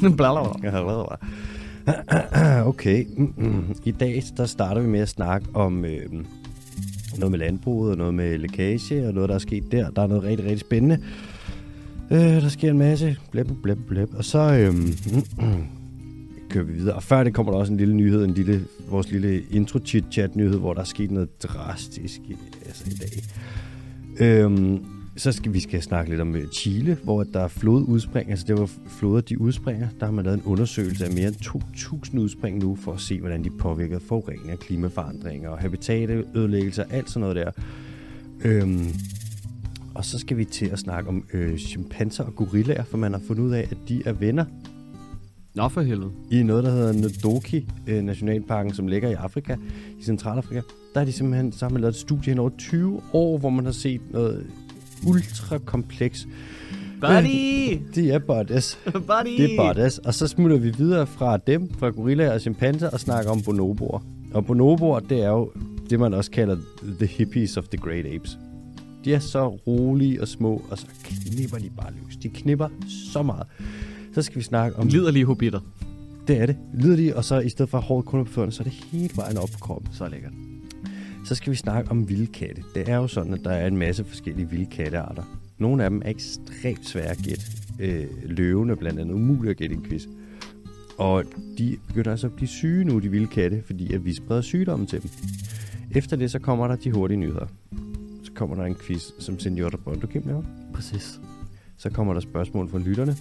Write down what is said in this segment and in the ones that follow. Blablabla. Okay, mm-mm. i dag der starter vi med at snakke om øh, noget med landbruget, og noget med lækage, og noget, der er sket der. Der er noget rigtig, rigtig spændende. Øh, der sker en masse. Blæb, blæb, blæb. Og så øh, kører vi videre. Og før det kommer der også en lille nyhed, en lille, vores lille intro chit chat nyhed, hvor der er sket noget drastisk i, altså i dag. Øhm, så skal vi skal snakke lidt om øh, Chile, hvor der er flodudspring. Altså det var floder, de udspringer. Der har man lavet en undersøgelse af mere end 2.000 udspring nu, for at se, hvordan de påvirker forurening og klimaforandringer og habitatødelæggelser og alt sådan noget der. Øhm, og så skal vi til at snakke om øh, chimpanser og gorillaer, for man har fundet ud af, at de er venner Nå for helvede. i noget, der hedder Ndoki øh, Nationalparken, som ligger i Afrika, i Centralafrika. Der er de simpelthen så har man lavet et studie hen over 20 år, hvor man har set noget ultra kompleks. Buddy! Det er bodies. Buddy! Det er bodies. Og så smutter vi videre fra dem, fra gorillaer og chimpanser, og snakker om bonoboer. Og bonoboer, det er jo det, man også kalder the hippies of the great apes. De er så rolige og små, og så knipper de bare løs. De knipper så meget. Så skal vi snakke om... Liderlige hobitter. Det er det. Lyder de, og så i stedet for hårdt kun op på fødderne, så er det hele vejen op på kroppen. Så lækkert. Så skal vi snakke om vildkatte. Det er jo sådan, at der er en masse forskellige vildkattearter. Nogle af dem er ekstremt svære at gætte. Øh, løven er blandt andet umulig at gætte i en quiz. Og de begynder altså at blive syge nu, de vilde katte, fordi at vi spreder sygdommen til dem. Efter det, så kommer der de hurtige nyheder. Så kommer der en quiz, som Senior Bondo Kim laver. Præcis. Så kommer der spørgsmål fra lytterne.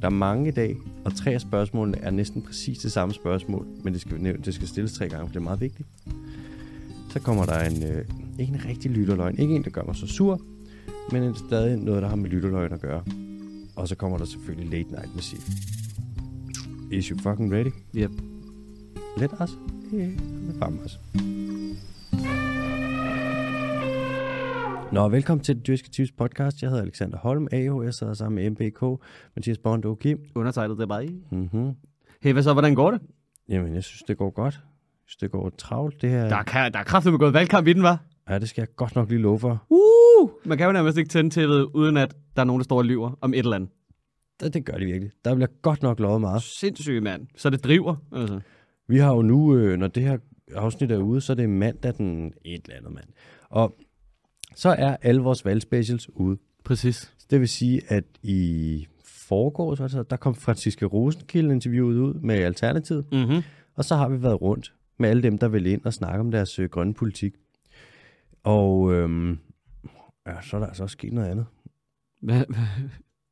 Der er mange i dag, og tre af spørgsmålene er næsten præcis det samme spørgsmål, men det skal, næv- det skal stilles tre gange, for det er meget vigtigt. Så kommer der en, øh, ikke en rigtig lytterløgn, ikke en, der gør mig så sur, men en, stadig noget, der har med lytterløgn at gøre. Og så kommer der selvfølgelig late night musik. Is you fucking ready? Yep. Let us. Yeah. Vamos. Nå, velkommen til Det Dyrske Tips podcast. Jeg hedder Alexander Holm, AH. Jeg sidder sammen med MBK, Mathias Bond og Kim. Undertegnet det er bare i. Mm-hmm. Hey, hvad så? Hvordan går det? Jamen, jeg synes, det går godt. Jeg synes, det går travlt, det her. Der, kan, der er kraftigt gået valgkamp i den, var. Ja, det skal jeg godt nok lige love for. Uh! Man kan jo nærmest ikke tænde tv'et, uden at der er nogen, der står og lyver om et eller andet. Det, det gør de virkelig. Der bliver godt nok lovet meget. Sindssyg mand. Så det driver, altså. Vi har jo nu, øh, når det her afsnit er ude, så er det mandag den et eller andet mand. Og så er alle vores valgspecials ude. Præcis. Så Det vil sige, at i forgårs, altså, der kom Franziske Rosenkilde interviewet ud med Alternativet, Mm-hmm. og så har vi været rundt med alle dem, der vil ind og snakke om deres øh, grønne politik. Og øhm, ja, så er der altså også sket noget andet.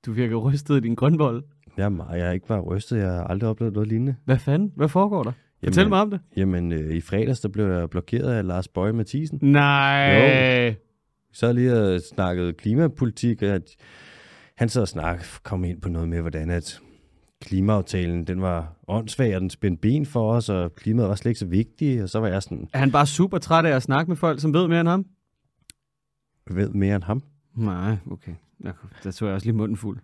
Du virker rystet i din grønvold. Jeg er, meget, jeg er ikke bare rystet, jeg har aldrig oplevet noget lignende. Hvad fanden? Hvad foregår der? Fortæl Jamen- mig om det. Jamen, øh, i fredags, der blev jeg blokeret af Lars Bøje Mathisen. Nej. Jo. Så har jeg lige øh, snakket klimapolitik, og at han sad og snak, kom ind på noget med, hvordan at klimaaftalen, den var åndssvag, og den spændte ben for os, og klimaet var slet ikke så vigtigt, og så var jeg sådan, Er han bare super træt af at snakke med folk, som ved mere end ham? ved mere end ham. Nej, okay. Ja, Der tog jeg også lige munden fuld.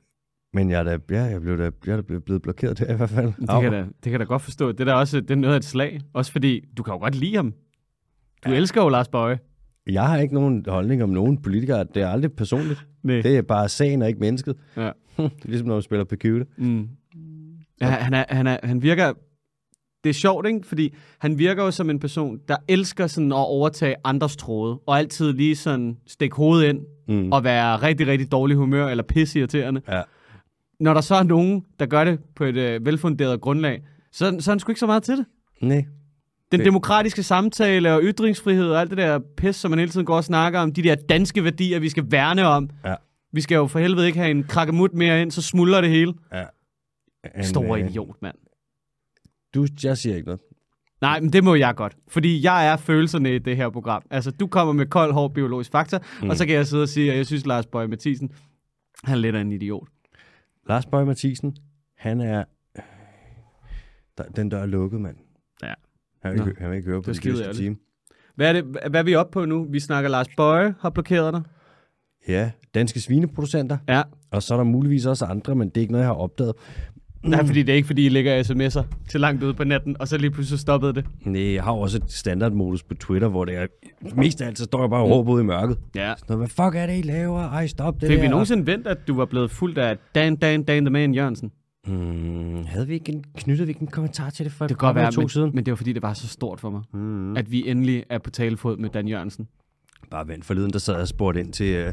Men jeg, er da, ja, jeg, blev da, jeg er da blevet- blevet blokeret der i hvert fald. Det Au. kan, da, det kan jeg da godt forstå. Det er da også det er noget af et slag. Også fordi, du kan jo godt lide ham. Du ja. elsker jo Lars Bøje. Jeg har ikke nogen holdning om nogen politikere. Det er aldrig personligt. Nej. Det er bare sagen og ikke mennesket. Ja. ligesom når man spiller Pekute. Mm. Ja, han, er, han, er, han virker... Det er sjovt, ikke? Fordi han virker jo som en person, der elsker sådan at overtage andres tråde. Og altid lige sådan stikke hovedet ind. Mm. Og være rigtig, rigtig dårlig humør eller pisseirriterende. Ja. Når der så er nogen, der gør det på et øh, velfunderet grundlag, så, så er han sgu ikke så meget til det. Nej. Den Det- demokratiske samtale og ytringsfrihed og alt det der pis, som man hele tiden går og snakker om, de der danske værdier, vi skal værne om. Ja. Vi skal jo for helvede ikke have en krakkemut mere ind, så smuldrer det hele. En, Stor øh, idiot, mand. Du, jeg siger ikke noget. Nej, men det må jeg godt, fordi jeg er følelserne i det her program. Altså, du kommer med kold, hård biologisk fakta, mm. og så kan jeg sidde og sige, at jeg synes, Lars Bøge Mathisen, han er lidt af en idiot. Lars Bøge Mathisen, han er... øh, Der, den dør er lukket, mand. Ja. Han vil, Nå. ikke, han vil ikke høre på var den skide dyreste ærligt. time. Hvad er, det, hvad er vi oppe på nu? Vi snakker, Lars Bøje har blokeret dig. Ja, danske svineproducenter. Ja. Og så er der muligvis også andre, men det er ikke noget, jeg har opdaget. Nej, fordi det er ikke, fordi I ligger sms'er til langt ude på natten, og så lige pludselig stoppede det. Nej, jeg har jo også et standardmodus på Twitter, hvor det er... Mest af alt, så står jeg bare Mm. og råber ud i mørket. Ja. Nå, hvad fuck er det, I laver? Ej, stop det Fik der. vi nogensinde vendt, at du var blevet fuldt af Dan, Dan, Dan, The Man Jørgensen? Mm, havde vi ikke en, knyttede vi ikke en kommentar til det for Det kan godt være, to men, siden? men det var fordi, det var så stort for mig, Mm. at vi endelig er på talefod med Dan Jørgensen. Bare vent forleden, der sad jeg og spurgte ind til... Uh,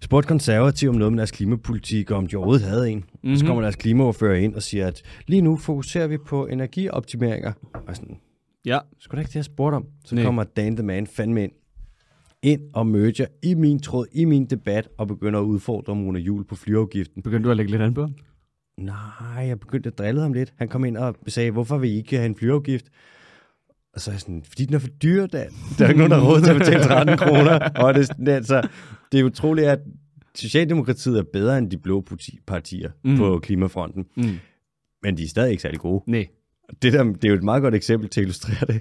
spurgte konservative om noget med deres klimapolitik, og om de overhovedet havde en. Mm-hmm. Så Mhm. kommer deres klimaordfører ind og siger, at lige nu fokuserer vi på energioptimeringer. Og sådan, Ja. skulle da ikke det, jeg spurgte om? Så Nej. kommer Dan the Man fandme ind. Ind og merger i min tråd, i min debat, og begynder at udfordre Mona Jul på flyafgiften. Begyndte du at lægge lidt an på ham? Nej, jeg begyndte at drille ham lidt. Han kom ind og sagde, hvorfor vil I ikke have en flyafgift? Og så er jeg sådan, fordi den er for dyr, da. Der er ikke nogen, der har råd til at betale 13 kroner. Og det, er sådan, altså, det er utroligt, at Socialdemokratiet er bedre end de blå parti- partier mm. Mm. på klimafronten. Mm. Men de er stadig ikke særlig gode. Nej. Det, der, det er jo et meget godt eksempel til at illustrere det.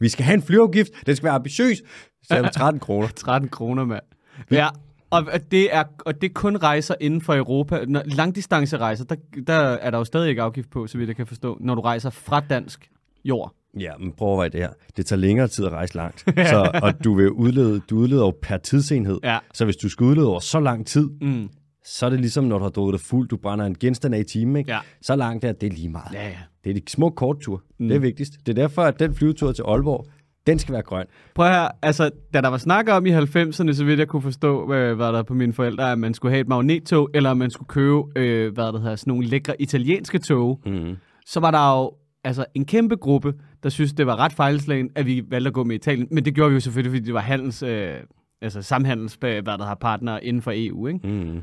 Vi skal have en flyafgift, den skal være ambitiøs, så er det 13 kroner. 13 kroner, mand. Ja, og og det, er, og det er kun rejser inden for Europa. Når, langdistancerejser, der, der er der jo stadig ikke afgift på, så vidt jeg kan forstå, når du rejser fra dansk jord. Ja, men prøv at overveje det her. Det tager længere tid at rejse langt, så, og du vil udlede, du udleder jo per tidsenhed. Ja. Så hvis du skal udlede over så lang tid, Mm. så er det ligesom, når du har drukket dig fuld, du brænder en genstand af i timen, ikke? Ja. Så langt er det lige meget. Ja, ja. Det er de små kort tur. Mm. Det er vigtigst. Det er derfor, at den flyvetur til Aalborg, den skal være grøn. Prøv her, altså, da der var snak om i 90'erne, så vidt jeg kunne forstå, øh, hvad, hvad der på mine forældre, at man skulle have et magnettog, eller om man skulle købe, øh, hvad der hedder, sådan nogle lækre italienske tog, Mm. så var der jo altså, en kæmpe gruppe, der synes det var ret fejlslagen, at vi valgte at gå med Italien. Men det gjorde vi jo selvfølgelig, fordi det var handels, øh, altså, samhandels, hvad der har partnere inden for EU. Ikke? Mm.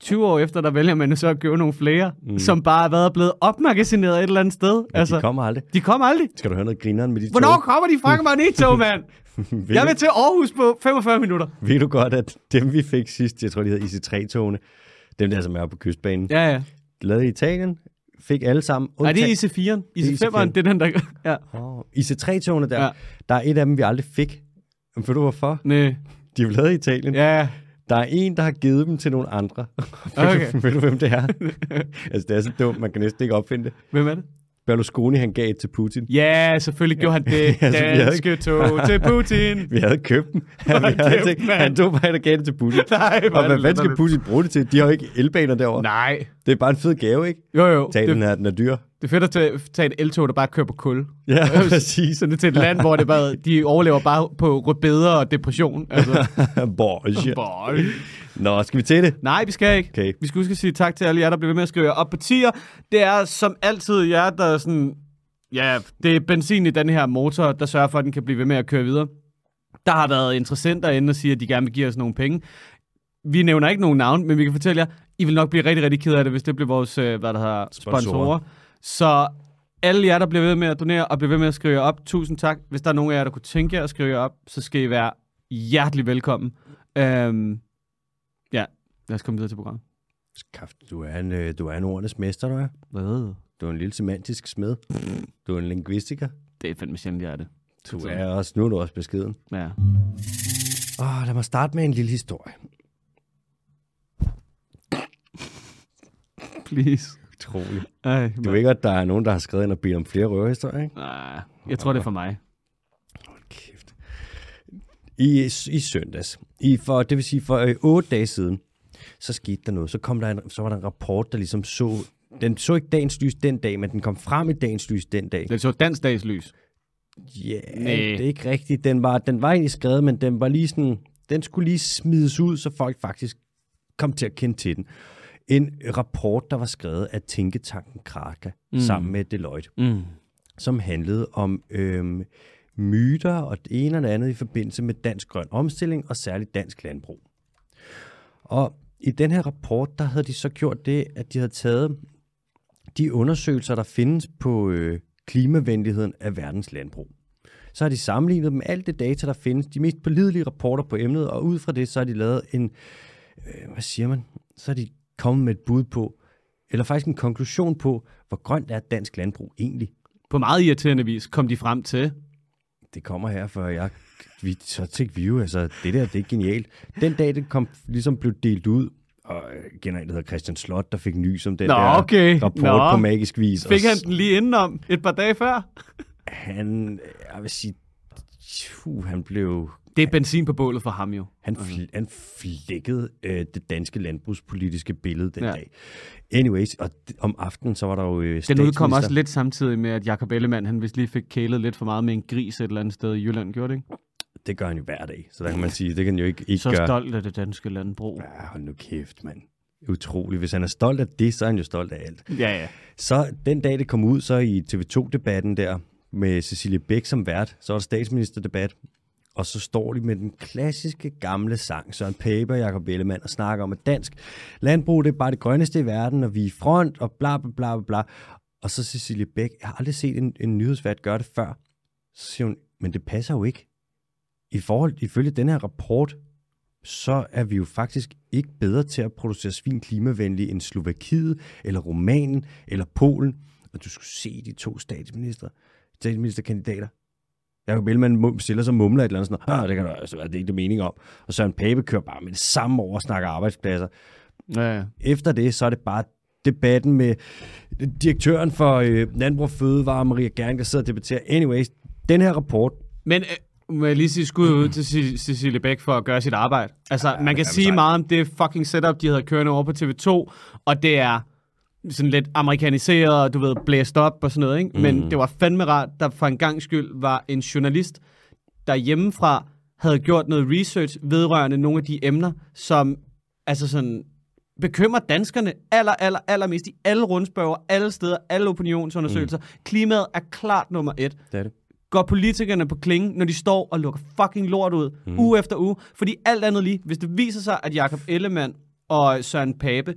20 år efter, der vælger man jo så at købe nogle flere, mm. som bare har været blevet opmagasineret et eller andet sted. Men altså, de kommer aldrig. de kom aldrig. Skal du høre noget grineren med de Hvornår tog? kommer de fra Magneto, mand? Ved, Jeg vil til Aarhus på 45 minutter. ved du godt, at dem vi fik sidst, jeg tror, de hed IC3-togene, dem der, som er på kystbanen, ja. Ja, ja. lavet i Italien, fik alle sammen. Er det undtagen- IC4'en? IC4'en. IC5'eren, det er den, der... Ja. Oh, IC3-togene der, ja. Ja. der er et af dem, vi aldrig fik. Men ved du hvorfor? Næ. De er lavet i Italien. Ja. Ja, ja. Der er en, der har givet dem til nogle andre. Okay. Okay. ved du, hvem det er? altså, det er så dumt, man kan næsten ikke opfinde det. Hvem er det? Berlusconi, han gav et til Putin. Ja, selvfølgelig gjorde han det. Altså, vi havde Danske tog til Putin. Vi havde købt dem. Han, vi Hold havde kæft, tænkt, mand. han tog bare et og gav det til Putin. Nej, hvor og er hvad det fanden skal latterligt. Putin bruge det til? De har jo ikke elbaner derovre. Nej. Nej. Det er bare en fed gave, ikke? Jo, jo. Talen Det, er, den er dyr. det er fedt at tage, tage et eltog, der bare kører på kul. Ja, præcis. Sådan til et land, hvor det bare, de overlever bare på rødbeder og depression. Altså. Borgia. Boy. Nå, skal vi til det? Nej, vi skal ikke. Okay. Vi skal huske at sige tak til alle jer, der bliver ved med at skrive jer op på tier. Det er som altid jer, der er sådan... Ja, det er benzin i den her motor, der sørger for, at den kan blive ved med at køre videre. Der har været interessenter inde og sige, at de gerne vil give os nogle penge. Vi nævner ikke nogen navn, men vi kan fortælle jer, I vil nok blive rigtig, rigtig ked af det, hvis det bliver vores, øh, hvad der hedder, Sponsorer. sponsorer. sponsorer. Så alle jer, der bliver ved med at donere og bliver ved med at skrive jer op, tusind tak. Hvis der er nogen af jer, der kunne tænke jer at skrive jer op, så skal I være hjertelig velkommen. Øhm, ja, lad os komme videre til programmet. Skaft, du er en, øh, du er en ordenes mester, du er. Hvad? Du er en lille semantisk smed. Du er en linguistiker. Det er fandme sjældent, jeg er det. Du er også, nu er du også beskeden. Ja. Åh, lad mig starte med en lille historie. Please. Utrolig. Ej, Du du ved godt, der er nogen, der har skrevet ind og bedt om flere røverhistorier, ikke? Nej, Ah, jeg tror, det er for mig. Hold kæft. I, I søndags, i for, det vil sige for øh, otte dage siden, så skete der noget. Så, kom der en, så var der en rapport, der ligesom så... Den så ikke dagens lys den dag, men den kom frem i dagens lys den dag. Det er så dansk dags lys. Ja, yeah, Næh. det er ikke rigtigt. Den var, den var egentlig skrevet, men den var lige sådan, den skulle lige smides ud, så folk faktisk kom til at kende til den. En rapport, der var skrevet af Tænketanken Kraka mm. sammen med Deloitte, Mm. som handlede om øhm, myter og det ene og det andet i forbindelse med dansk grøn omstilling og særligt dansk landbrug. Og i den her rapport, der havde de så gjort det, at de havde taget de undersøgelser, der findes på øh, klimavenligheden af verdens landbrug. Så har de sammenlignet dem med alt det data, der findes, de mest pålidelige rapporter på emnet, og ud fra det, så har de lavet en, øh, hvad siger man, så har de kommet med et bud på, eller faktisk en konklusion på, hvor grønt er dansk landbrug egentlig? På meget irriterende vis kom de frem til. det kommer her, for jeg, vi, så tænkte vi jo, altså, det der, det er genialt. Den dag, det kom, ligesom blev delt ud, og øh, generelt hedder Christian Slot, der fik nys om den Nå, der okay. rapport Nå. på magisk vis. Fik og han den lige indenom et par dage før? han, jeg vil sige, tju, han blev Det er benzin på bålet for ham jo. Han, fl- han flækkede øh, det danske landbrugspolitiske billede den Ja. ja. dag. Anyways, og d- om aftenen, så var der jo øh, Den udkom statsminister- også lidt samtidig med, at Jakob Ellemann, han vist lige fik kælet lidt for meget med en gris et eller andet sted i Jylland, gjorde det ikke? Det gør han jo hver dag, så der kan man sige, det kan han jo ikke, ikke Så gøre. stolt af det danske landbrug. Ja, hold nu kæft, mand. Utroligt. Hvis han er stolt af det, så er han jo stolt af alt. Ja, ja. Så den dag, det kom ud, så i TV2-debatten der, med Cecilie Bæk som vært, så var der statsministerdebat, og så står de med den klassiske gamle sang, Søren Pape og Jacob Ellemann, og snakker om, at dansk landbrug, det er bare det grønneste i verden, og vi er i front, og bla bla bla bla, bla. Og så Cecilie Bæk, jeg har aldrig set en, en nyhedsvært gøre det før. Så siger hun, men det passer jo ikke. I forhold, ifølge den her rapport, så er vi jo faktisk ikke bedre til at producere svin klimavenlige end Slovakiet, eller Rumænien, eller Polen. Og du skulle se de to statsminister, statsministerkandidater. Jacob Ellemann mum- stiller sig og mumler et eller andet sådan, noget. "Ah, det kan der altså være, det er ikke det mening om. Og Søren Pape kører bare med det samme over og snakker arbejdspladser. ja, ja. Efter det, så er det bare debatten med direktøren for øh, Landbrug og Fødevare, Maria Gern, der sidder og debatterer. Anyways, den her rapport, Men øh, må jeg lige sige skud ud til Ce- Cecilie Bæk for at gøre sit arbejde. Altså, ja, man kan sige sejt. meget om det fucking setup, de havde kørende over på TV2, og det er sådan lidt amerikaniseret, og du ved, blæst op og sådan noget, ikke? Mm. Men det var fandme rart, der for en gang skyld var en journalist, der hjemmefra havde gjort noget research vedrørende nogle af de emner, som altså sådan bekymrer danskerne aller, aller, allermest i alle rundspørger, alle steder, alle opinionsundersøgelser. Mm. Klimaet er klart nummer et det er det. går politikerne på klingen, når de står og lukker fucking lort ud, mm. uge efter uge. Fordi alt andet lige, hvis det viser sig, at Jakob Ellemann og Søren Pape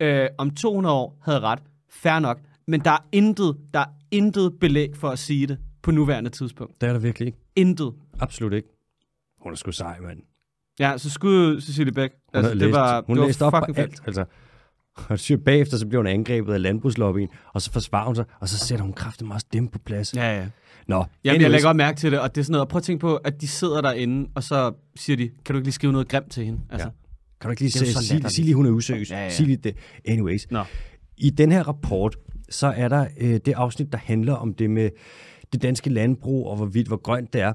øh, om 200 år havde ret, fair nok. Men der er intet, der er intet belæg for at sige det på nuværende tidspunkt. Det er der virkelig ikke. Intet. Absolut ikke. Hun er sgu sej, mand. Ja, så skud Cecilie Bæk. Hun altså, læst, det var, hun det var læste op på fucking fedt. alt. Altså, og syr bagefter, så bliver hun angrebet af landbrugslobbyen, og så forsvarer hun sig, og så sætter hun kraften også dem på plads. Ja. Ja, ja. Nå, Jamen, jeg anyways. lægger godt mærke til det, og det er sådan noget. Prøv at tænke på, at de sidder derinde, og så siger de, kan du ikke lige skrive noget grimt til hende? Altså, Ja. Kan du ikke lige Det er jo sige, så sig, latterligt. sig lige, hun er useriøs. Ja, Ja, ja. ja. Sig lige det. Anyways. Nå. I den her rapport, så er der øh, det afsnit, der handler om det med det danske landbrug, og hvor vidt, hvor grønt det er.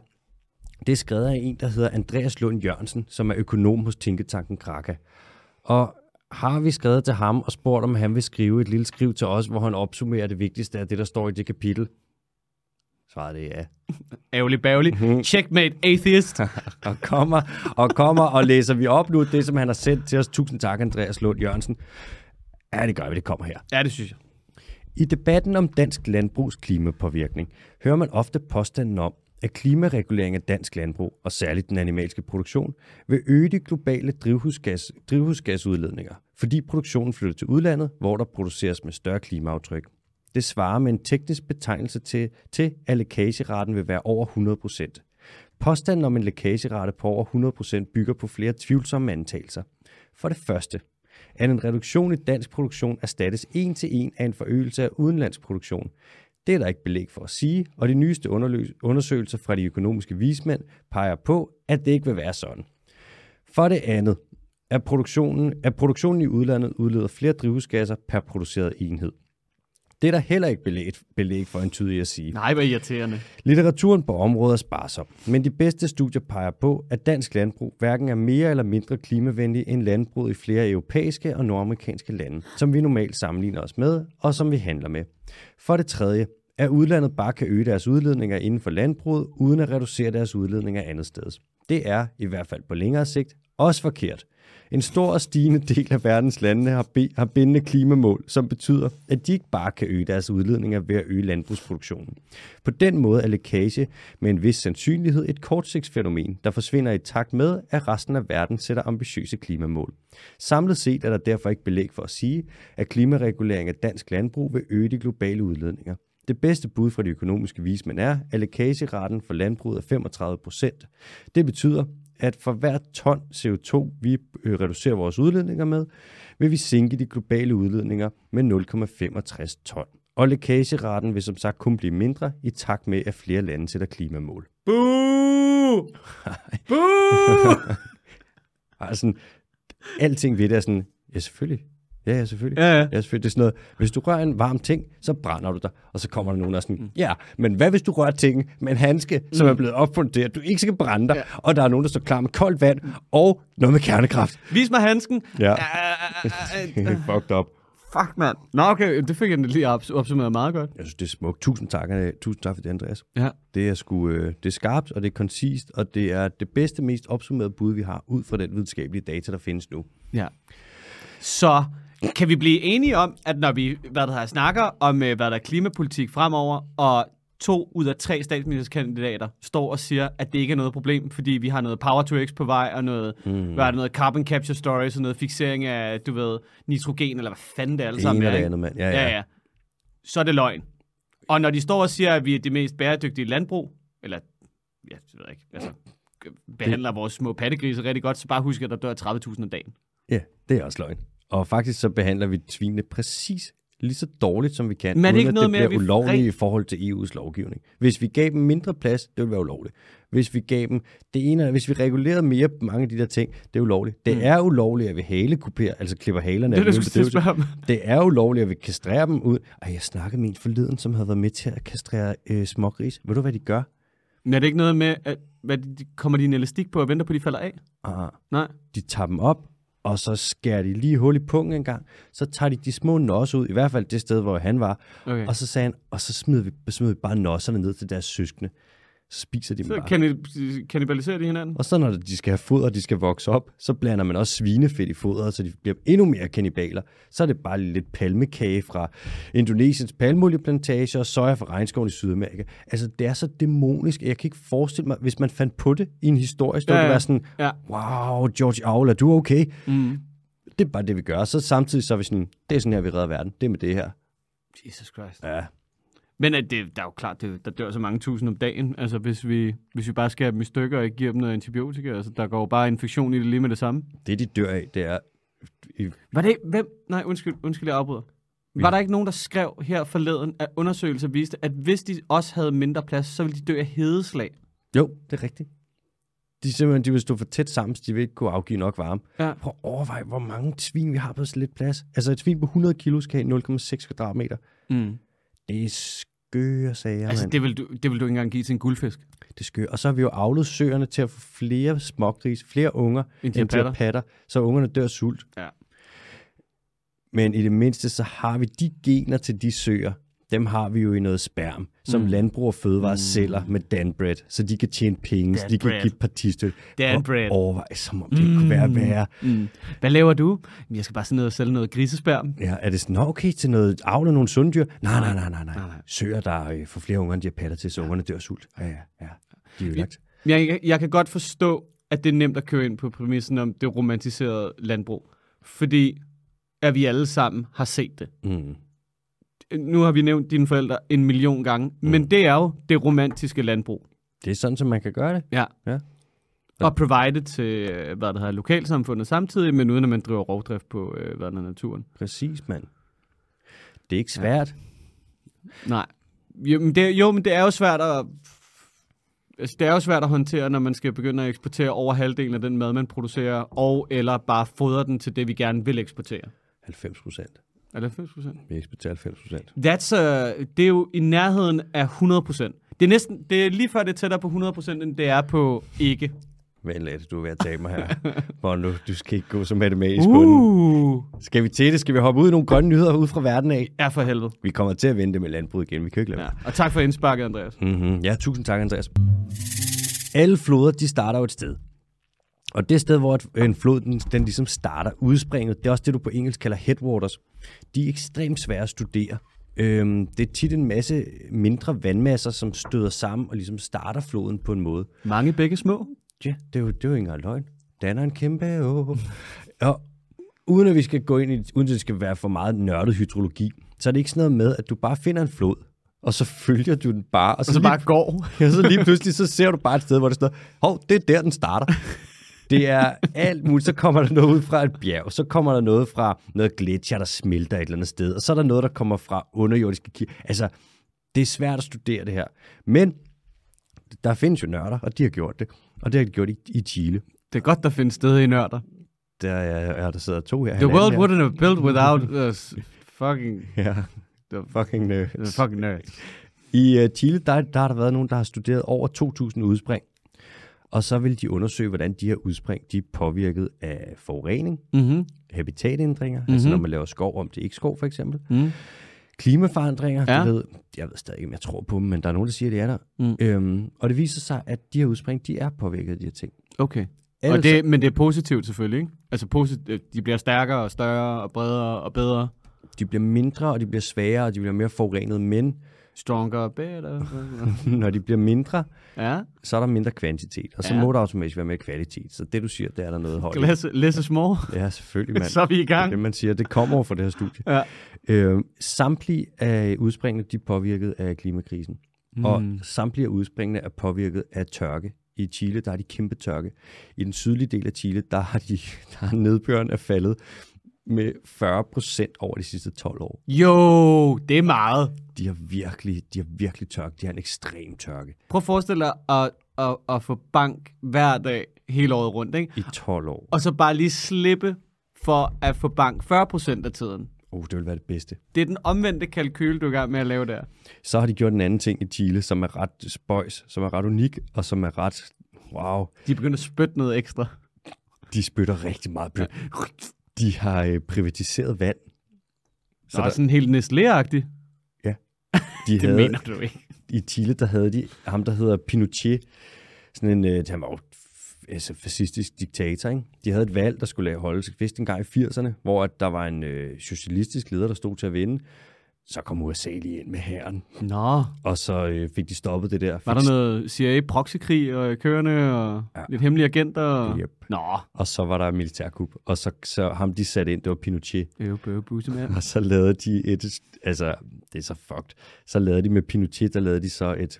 Det er skrevet af en, der hedder Andreas Lund Jørgensen, som er økonom hos Tænketanken Kraka. Og har vi skrevet til ham og spurgt, om han vil skrive et lille skriv til os, hvor han opsummerer det vigtigste af det, der står i det kapitel? Svaret er ja. ærgerlig bærgerlig. Mm-hmm. Checkmate atheist. og kommer og kommer og læser vi op nu det, som han har sendt til os. Tusind tak, Andreas Lund Jørgensen. Ja, det gør vi. Det kommer her. ja, det synes jeg. I debatten om dansk landbrugs klimapåvirkning hører man ofte påstanden om, at klimaregulering af dansk landbrug, og særligt den animalske produktion, vil øge de globale drivhusgas, drivhusgasudledninger, fordi produktionen flytter til udlandet, hvor der produceres med større klimaaftryk. Det svarer med en teknisk betegnelse til, til at lækageraten vil være over 100 Påstanden om en lækagerate på over 100% bygger på flere tvivlsomme antagelser. For det første, at en reduktion i dansk produktion erstattes en til en af en forøgelse af udenlandsk produktion. Det er der ikke belæg for at sige, og de nyeste underløs- undersøgelser fra de økonomiske vismænd peger på, at det ikke vil være sådan. For det andet, at produktionen, at produktionen i udlandet udleder flere drivhusgasser per produceret enhed. Det er der heller ikke belæg, belæg for entydigt at sige. Nej, hvor irriterende. Litteraturen på området er sparsom, men de bedste studier peger på, at dansk landbrug hverken er mere eller mindre klimavenlig end landbruget i flere europæiske og nordamerikanske lande, som vi normalt sammenligner os med og som vi handler med. For det tredje, at udlandet bare kan øge deres udledninger inden for landbruget, uden at reducere deres udledninger andet sted. Det er, i hvert fald på længere sigt, også forkert. En stor og stigende del af verdens lande har, be- har bindende klimamål, som betyder, at de ikke bare kan øge deres udledninger ved at øge landbrugsproduktionen. På den måde er lækage med en vis sandsynlighed et kortsigtsfænomen, der forsvinder i takt med, at resten af verden sætter ambitiøse klimamål. Samlet set er der derfor ikke belæg for at sige, at klimaregulering af dansk landbrug vil øge de globale udledninger. Det bedste bud fra de økonomiske vismænd er, at lækageraten for landbruget er 35 procent. Det betyder, at for hver ton CO2, vi øh, reducerer vores udledninger med, vil vi sænke de globale udledninger med 0,65 ton. Og lækageraten vil som sagt kun blive mindre i takt med, at flere lande sætter klimamål. Boo! Boo! Altså, alting ved det er sådan, ja selvfølgelig. Ja, Ja, ja, selvfølgelig. Ja, ja. Ja, selvfølgelig. Det er sådan noget, hvis du rører en varm ting, så brænder du dig. Og så kommer der nogen og er Mm. sådan, ja, men hvad hvis du rører ting med en handske, som er blevet opfundet til, at du ikke skal brænde dig, og der er nogen, der står klar med koldt vand, og noget med kernekraft. Vis mig handsken. Ja. Uh, Fucked up. fuck, mand. Nå, okay, det fik jeg lige ops- opsummeret meget godt. Jeg synes, det er smukt. Tusind tak, øh, tusind tak for det, Andreas. Ja. Det er, sgu, øh, det er skarpt, og det er koncist, og det er det bedste, mest opsummerede bud, vi har ud fra den videnskabelige data, der findes nu. Ja. Så kan vi blive enige om, at når vi hvad der her, snakker om, øh, hvad der er klimapolitik fremover, og to ud af tre statsministerkandidater står og siger, at det ikke er noget problem, fordi vi har noget power to x på vej, og noget, mm. hvad er det, noget carbon capture storage, og noget fixering af, du ved, nitrogen, eller hvad fanden det er alle Det sammen ene er, og det ikke? andet, mand. Ja, Ja, ja. ja. Så er det løgn. Og når de står og siger, at vi er det mest bæredygtige landbrug, eller, ja, det ved jeg ikke, altså, behandler vores små pattegrise rigtig godt, så bare husk, at der dør 30.000 om dagen. ja, det er også løgn. Og faktisk så behandler vi svinene præcis lige så dårligt, som vi kan, Men er det uden ikke at noget det med, bliver at vi ulovligt rigt- i forhold til EU's lovgivning. Hvis vi gav dem mindre plads, det ville være ulovligt. Hvis vi gav dem det ene, hvis vi regulerede mere på mange af de der ting, det er ulovligt. Det er ulovligt, at vi halekuperer, altså klipper halerne Mm. Det er af dem det, du uden skulle til at bedøvelse. Det spørge om. er ulovligt, at vi kastrerer dem ud. Og jeg snakkede med en forleden, som havde været med til at kastrere øh, smågris. Ved du, hvad de gør? Men er det ikke noget med, at hvad, de, de- kommer de en elastik på og venter på, at de falder af? Ah, Nej. de tager dem op, og så skærer de lige hul i pungen en gang. Så tager de de små nosser ud, i hvert fald det sted, hvor han var. Okay. Og så sagde han, og så smider vi, smider vi bare nosserne ned til deres søskende. Så spiser de dem Så bare. kan, kanibaliserer de hinanden? Og så når de skal have foder, og de skal vokse op, så blander man også svinefedt i foderet, så de bliver endnu mere kannibaler. Så er det bare lidt palmekage fra Indonesiens palmolieplantage og soja fra regnskoven i Sydamerika. Altså, det er så dæmonisk, at jeg kan ikke forestille mig, hvis man fandt på det i en historie, så ja, Ja, ja. ja. være sådan, Ja. wow, George Owl, er du okay? Mm. Det er bare det, vi gør. Så samtidig så er vi sådan, det er sådan her, vi redder verden. Det er med det her. Jesus Christ. Ja. Men at det, der er jo klart, det, der dør så mange tusind om dagen. Altså, hvis vi, hvis vi bare skærer dem i stykker og ikke giver dem noget antibiotika, altså, der går jo bare infektion i det lige med det samme. Det, de dør af, det er... Var det, hvem? Nej, undskyld, undskyld, jeg afbryder. Var der ikke nogen, der skrev her forleden, at undersøgelser viste, at hvis de også havde mindre plads, så ville de dø af hedeslag? Jo, det er rigtigt. De er simpelthen, de vil stå for tæt sammen, så de vil ikke kunne afgive nok varme. Ja. Prøv at overveje, hvor mange svin vi har på så lidt plads. Altså et svin på 100 kilo skal have 0,6 kvadratmeter. Mm. Det er skøre sager, Altså, altså, det... det vil, du, det vil du ikke engang give til en guldfisk. det er skøre. Og så har vi jo avlet søerne til at få flere smågris, flere unger, End de har end de har patter. patter, så ungerne dør af sult. Ja. Men i det mindste, så har vi de gener til de søer, dem har vi jo i noget sperm, som mm. landbrug og fødevare mm. sælger med Danbred, så de kan tjene penge, så de kan Danbred. give partistøtte. Danbred. Og overvej, som om det mm. kunne være værre. Mm. Hvad laver du? "Jamen, Jeg skal bare sidde ned og sælge noget grisespærm. Ja, er det sådan, "Nå, okay til noget avl af nogle sunde dyr? Nej, nej, nej, nej, nej. Søer, der øh, får flere unger, end de har patter til, så ungerne dør af sult. Ja, ja, ja. De er ødelagt. Men Jeg, jeg kan godt forstå, at det er nemt at køre ind på præmissen om det romantiserede landbrug. Fordi at vi alle sammen har set det. Mm. Nu har vi nævnt dine forældre en million gange, mm. men det er jo det romantiske landbrug. Det er sådan, som man kan gøre det. Ja. Ja. Og provide til, øh, hvad der hedder, lokalsamfundet samtidig, men uden at man driver rovdrift på, øh, hvad der hedder, naturen. Præcis, mand. Det er ikke svært. Nej. Jo men, det, jo, men det er jo svært at... Altså, det er jo svært at håndtere, når man skal begynde at eksportere over halvdelen af den mad, man producerer, og eller bare fodre den til det, vi gerne vil eksportere. 90 procent. Er det 90 procent? Vi eksporterer 90 procent. That's, uh, det er jo i nærheden af 100 procent. Det er, næsten, det er lige før, det er tættere på 100 procent, end det er på ikke. Vent lidt, du er ved at tabe mig her. Hvor nu, du skal ikke gå så matematisk uh. bunden. Uh, Skal vi til det? Skal vi hoppe ud i nogle grønne nyheder ud fra verden af? er for helvede. Vi kommer til at vente med landbruget igen. Vi kan jo ikke lade Ja. Og tak for indsparket, Andreas. Mm-hmm. Ja, tusind tak, Andreas. Alle floder, de starter jo et sted. Og det sted, hvor et- en flod, den, den ligesom starter, udspringet, det er også det, du på engelsk kalder headwaters. De er ekstremt svære at studere. Øhm, det er tit en masse mindre vandmasser, som støder sammen og ligesom starter floden på en måde. Mange begge små. Ja, det er jo, det er jo ikke engang løgn. Danner en kæmpe åh. Og uden at vi skal gå ind i, uden at det skal være for meget nørdet hydrologi, så er det ikke sådan noget med, at du bare finder en flod, og så følger du den bare, og så, Og så lige bare går. Ja, så lige pludselig, så ser du bare et sted, hvor det står, hov, det er der, den starter. Det er alt muligt. Så kommer der noget ud fra et bjerg, så kommer der noget fra noget gletsjer, der smelter et eller andet sted, og så er der noget, der kommer fra underjordiske kilder. Altså, det er svært at studere det her. Men der findes jo nørder, og de har gjort det. Og det har de gjort i, i Chile. Det er godt, der findes steder i nørder. der, er, ja, der sidder to her. The halvanden world her. wouldn't have built without us fucking, Ja, the fucking øh, nerds. fucking nerds. I øh, Chile, der, der har der været nogen, der har studeret over 2.000 udspring. Og så vil de undersøge, hvordan de her udspring de er påvirket af forurening, Mm-hmm. habitatændringer, mm-hmm. altså når man laver skov om til ikke skov for eksempel. Mm. Klimaforandringer, ja. Ja. det ved, jeg ved stadig ikke, om jeg tror på dem, men der er nogen, der siger, at det er der. Mm. Øhm, og det viser sig, at de her udspring, de er påvirket af de her ting. Okay. Ellers- Og det, men det er positivt selvfølgelig, ikke? Altså posit- de bliver stærkere og større og bredere og bedre. De bliver mindre, og de bliver sværere, og de bliver mere forurenet, men Stronger, better. når de bliver mindre, ja. så er der mindre kvantitet, og så ja. Ja. må der automatisk være mere kvalitet. Så det, du siger, det er der noget højt. i. Less, less is more. Ja, selvfølgelig, mand. Så er vi i Det, er gang. det man siger, det kommer over fra det her studie. Ja. Øh, samtlige af udspringene, de er påvirket af klimakrisen. Mm. Og samtlige af udspringene er påvirket af tørke. I Chile, der er de kæmpe tørke. I den sydlige del af Chile, der har, de, der er nedbøren er faldet med 40 procent over de sidste 12 år. Jo, det er meget. De har virkelig, de har virkelig tørke. De har en ekstrem tørke Prøv at forestille dig at, at, at få bank hver dag hele året rundt, ikke? i 12 år. Og så bare lige slippe for at få bank 40% af tiden. Oh, det vil være det bedste. Det er den omvendte kalkyle, du er i gang med at lave der. Så har de gjort en anden ting i Chile, som er ret spøjs, som er ret unik, og som er ret, wow, De begynder at spytte noget ekstra. de spytter rigtig meget blødt. De har øh, privatiseret vand. Så Nå, der... sådan helt nestlé -agtigt. de Det havde, mener du ikke. I Chile, der havde de ham, der hedder Pinochet. Sådan en, øh, han var jo f- altså, fascistisk diktator, ikke? De havde et valg, der skulle lave- holdes vist en gang i 80'erne, hvor at der var en øh, socialistisk leder, der stod til at vinde. Så kom USA lige ind med herren, Nå, og så øh, fik de stoppet det der. var der noget CIA-proxykrig og øh, kørende og Ja. ja. lidt hemmelige agenter? Og... Yep. Nå, Og så var der en militærkup, og så, så ham, de satte ind, det var Pinochet. øv, bøv, bussemand. Og så lavede de et, altså det er så fucked, så lavede de med Pinochet, der lavede de så et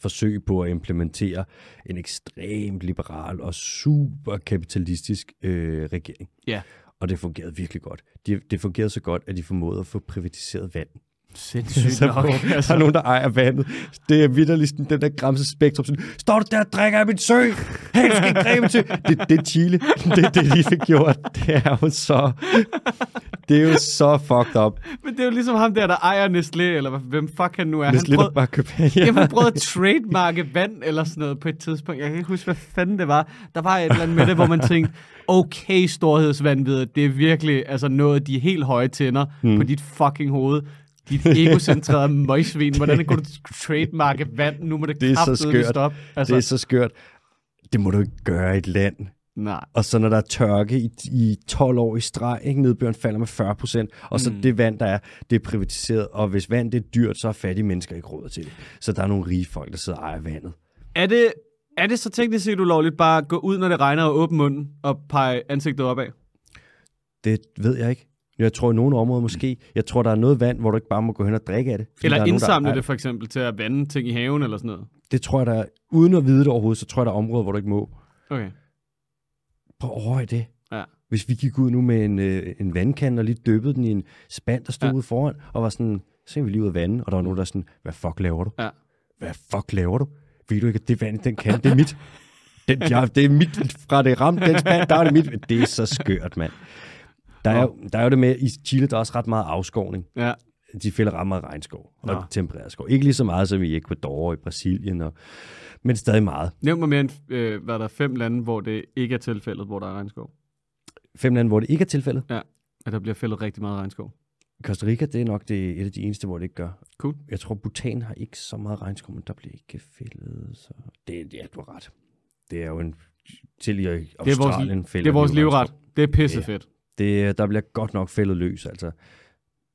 forsøg på at implementere en ekstremt liberal og superkapitalistisk øh, regering. Ja, Og det fungerede virkelig godt. Det, det fungerede så godt, at de formåede at få privatiseret vand. sindssygt Så nok. hvor- der er Altså, nogen, der ejer vandet. Det er vidderligt sådan den der græmse spektrum. Sådan, Står du der og drikker af min sø? Helt skal ikke drikke min sø. Det, det er Chile. Det er det, de fik gjort. Det er jo så... Det er jo så fucked up. men det er jo ligesom ham der, der ejer Nestlé, eller hvad- hvem fuck han nu er. Næsten han lidt prøvede, at bare købe ja. Jamen, han prøvede at trademarke vand eller sådan noget på et tidspunkt. Jeg kan ikke huske, hvad fanden det var. Der var et eller andet med det, hvor man tænkte, okay, storhedsvandvid, det er virkelig altså noget, de helt høje tænder mm. på dit fucking hoved. Dit egocentrede møgsvin. Hvordan kunne du trademarke vand? Nu må det, Det er så kraftedeme skørt. stoppe. altså. Altså, Det er så skørt. Det må du ikke gøre i et land. Nej. Og så når der er tørke i, i 12 år i streg, ikke? nedbøren falder med 40 procent, og så mm. det vand, der er, det er privatiseret. Og hvis vand det er dyrt, så er fattige mennesker ikke råd til det. Så der er nogle rige folk, der sidder og ejer vandet. Er det, er det så teknisk set ulovligt bare at gå ud, når det regner, og åbne munden og pege ansigtet opad? Det ved jeg ikke. Jeg tror i nogle områder måske. Jeg tror, der er noget vand, hvor du ikke bare må gå hen og drikke af det. fordi der Eller er nogen, der indsamle ejer det for eksempel til at vande ting i haven eller sådan noget? Det tror jeg, der er, uden at vide det overhovedet, så tror jeg, der er områder, hvor du ikke må. Okay. Prøv at overveje det. Ja. Hvis vi gik ud nu med en, øh, en vandkande og lige døbede den i en spand, der stod ja. Ja. ude foran, og var sådan, så er vi lige ud af vandet, og der var nogen, der er sådan, hvad fuck laver du? Ja. Hvad fuck laver du? Ved du ikke, at det vand, i den kan, det er mit. Den, jeg, det er mit fra det ramte, den spand, der er det mit. Det er så skørt, mand. Der er, jo, der er jo det med, i Chile, der er også ret meget afskovning. Ja. De fælder ret meget regnskov og Nå. tempereret skov. Ikke lige så meget som i Ecuador og i Brasilien, og, men stadig meget. Nævn mig mere end, øh, hvad der er fem lande, hvor det ikke er tilfældet, hvor der er regnskov. Fem lande, hvor det ikke er tilfældet. Ja, at der bliver fældet rigtig meget regnskov. Costa Rica, det er nok det, et af de eneste, hvor det ikke gør. Cool. Jeg tror, Bhutan har ikke så meget regnskov, men der bliver ikke fældet. Så... Det, ja, du har ret. Det er jo en til i Det er vores, Australien det er vores de jo livret. regnskov. Det er pissefedt. Det, er- der bliver godt nok fældet løs, altså.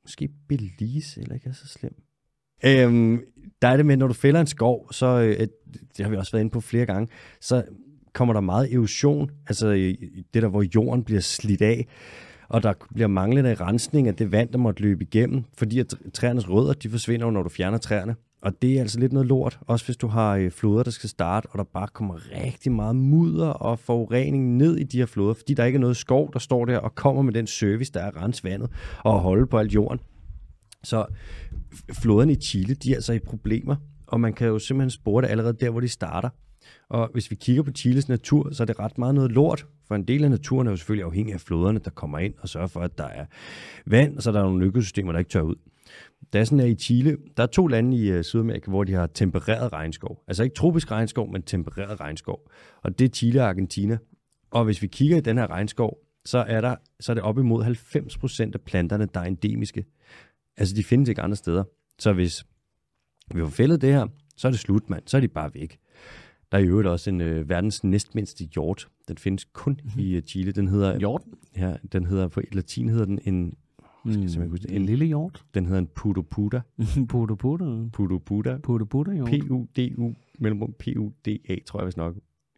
Måske Belize eller ikke er så slem. Øhm, der er det med, når du fælder en skov, så, øh, at- det har vi også været inde på flere gange, så kommer der meget erosion, altså i- i det der, hvor jorden bliver slidt af, og der bliver manglende rensning af det vand, der måtte løbe igennem, fordi at træernes rødder, de forsvinder jo, når du fjerner træerne. Og det er altså lidt noget lort, også hvis du har øh, floder, der skal starte, og der bare kommer rigtig meget mudder og forurening ned i de her floder, fordi der ikke er noget skov, der står der og kommer med den service, der er at rense vandet og holde på alt jorden. Så f- floderne i Chile, de er altså i problemer, og man kan jo simpelthen spore det allerede der, hvor de starter. Og hvis vi kigger på Chiles natur, så er det ret meget noget lort, for en del af naturen er jo selvfølgelig afhængig af floderne, der kommer ind og sørger for, at der er vand, og så er der nogle økosystemer, der ikke tør ud. Der er sådan her i Chile, der er to lande i øh, Sydamerika, hvor de har tempereret regnskov. Altså ikke tropisk regnskov, men tempereret regnskov. Og det er Chile og Argentina. Og hvis vi kigger i den her regnskov, så er, der, så er det op imod 90% af planterne, der er endemiske. Altså de findes ikke andre steder. Så hvis vi får fældet det her, så er det slut, mand. Så er de bare væk. Der er i øvrigt også en øh, verdens næstmindste hjort. Den findes kun i øh, Chile. Den hedder, Hjorten? ja, den hedder på latin hedder den en, skal jeg simpelthen huske det, en, lille hjort. den hedder en pudopuda. Putte putte. Pudopuda. Putte putte hjort. P-U-D-U, mellemrum P-U-D-A, tror jeg vist nok.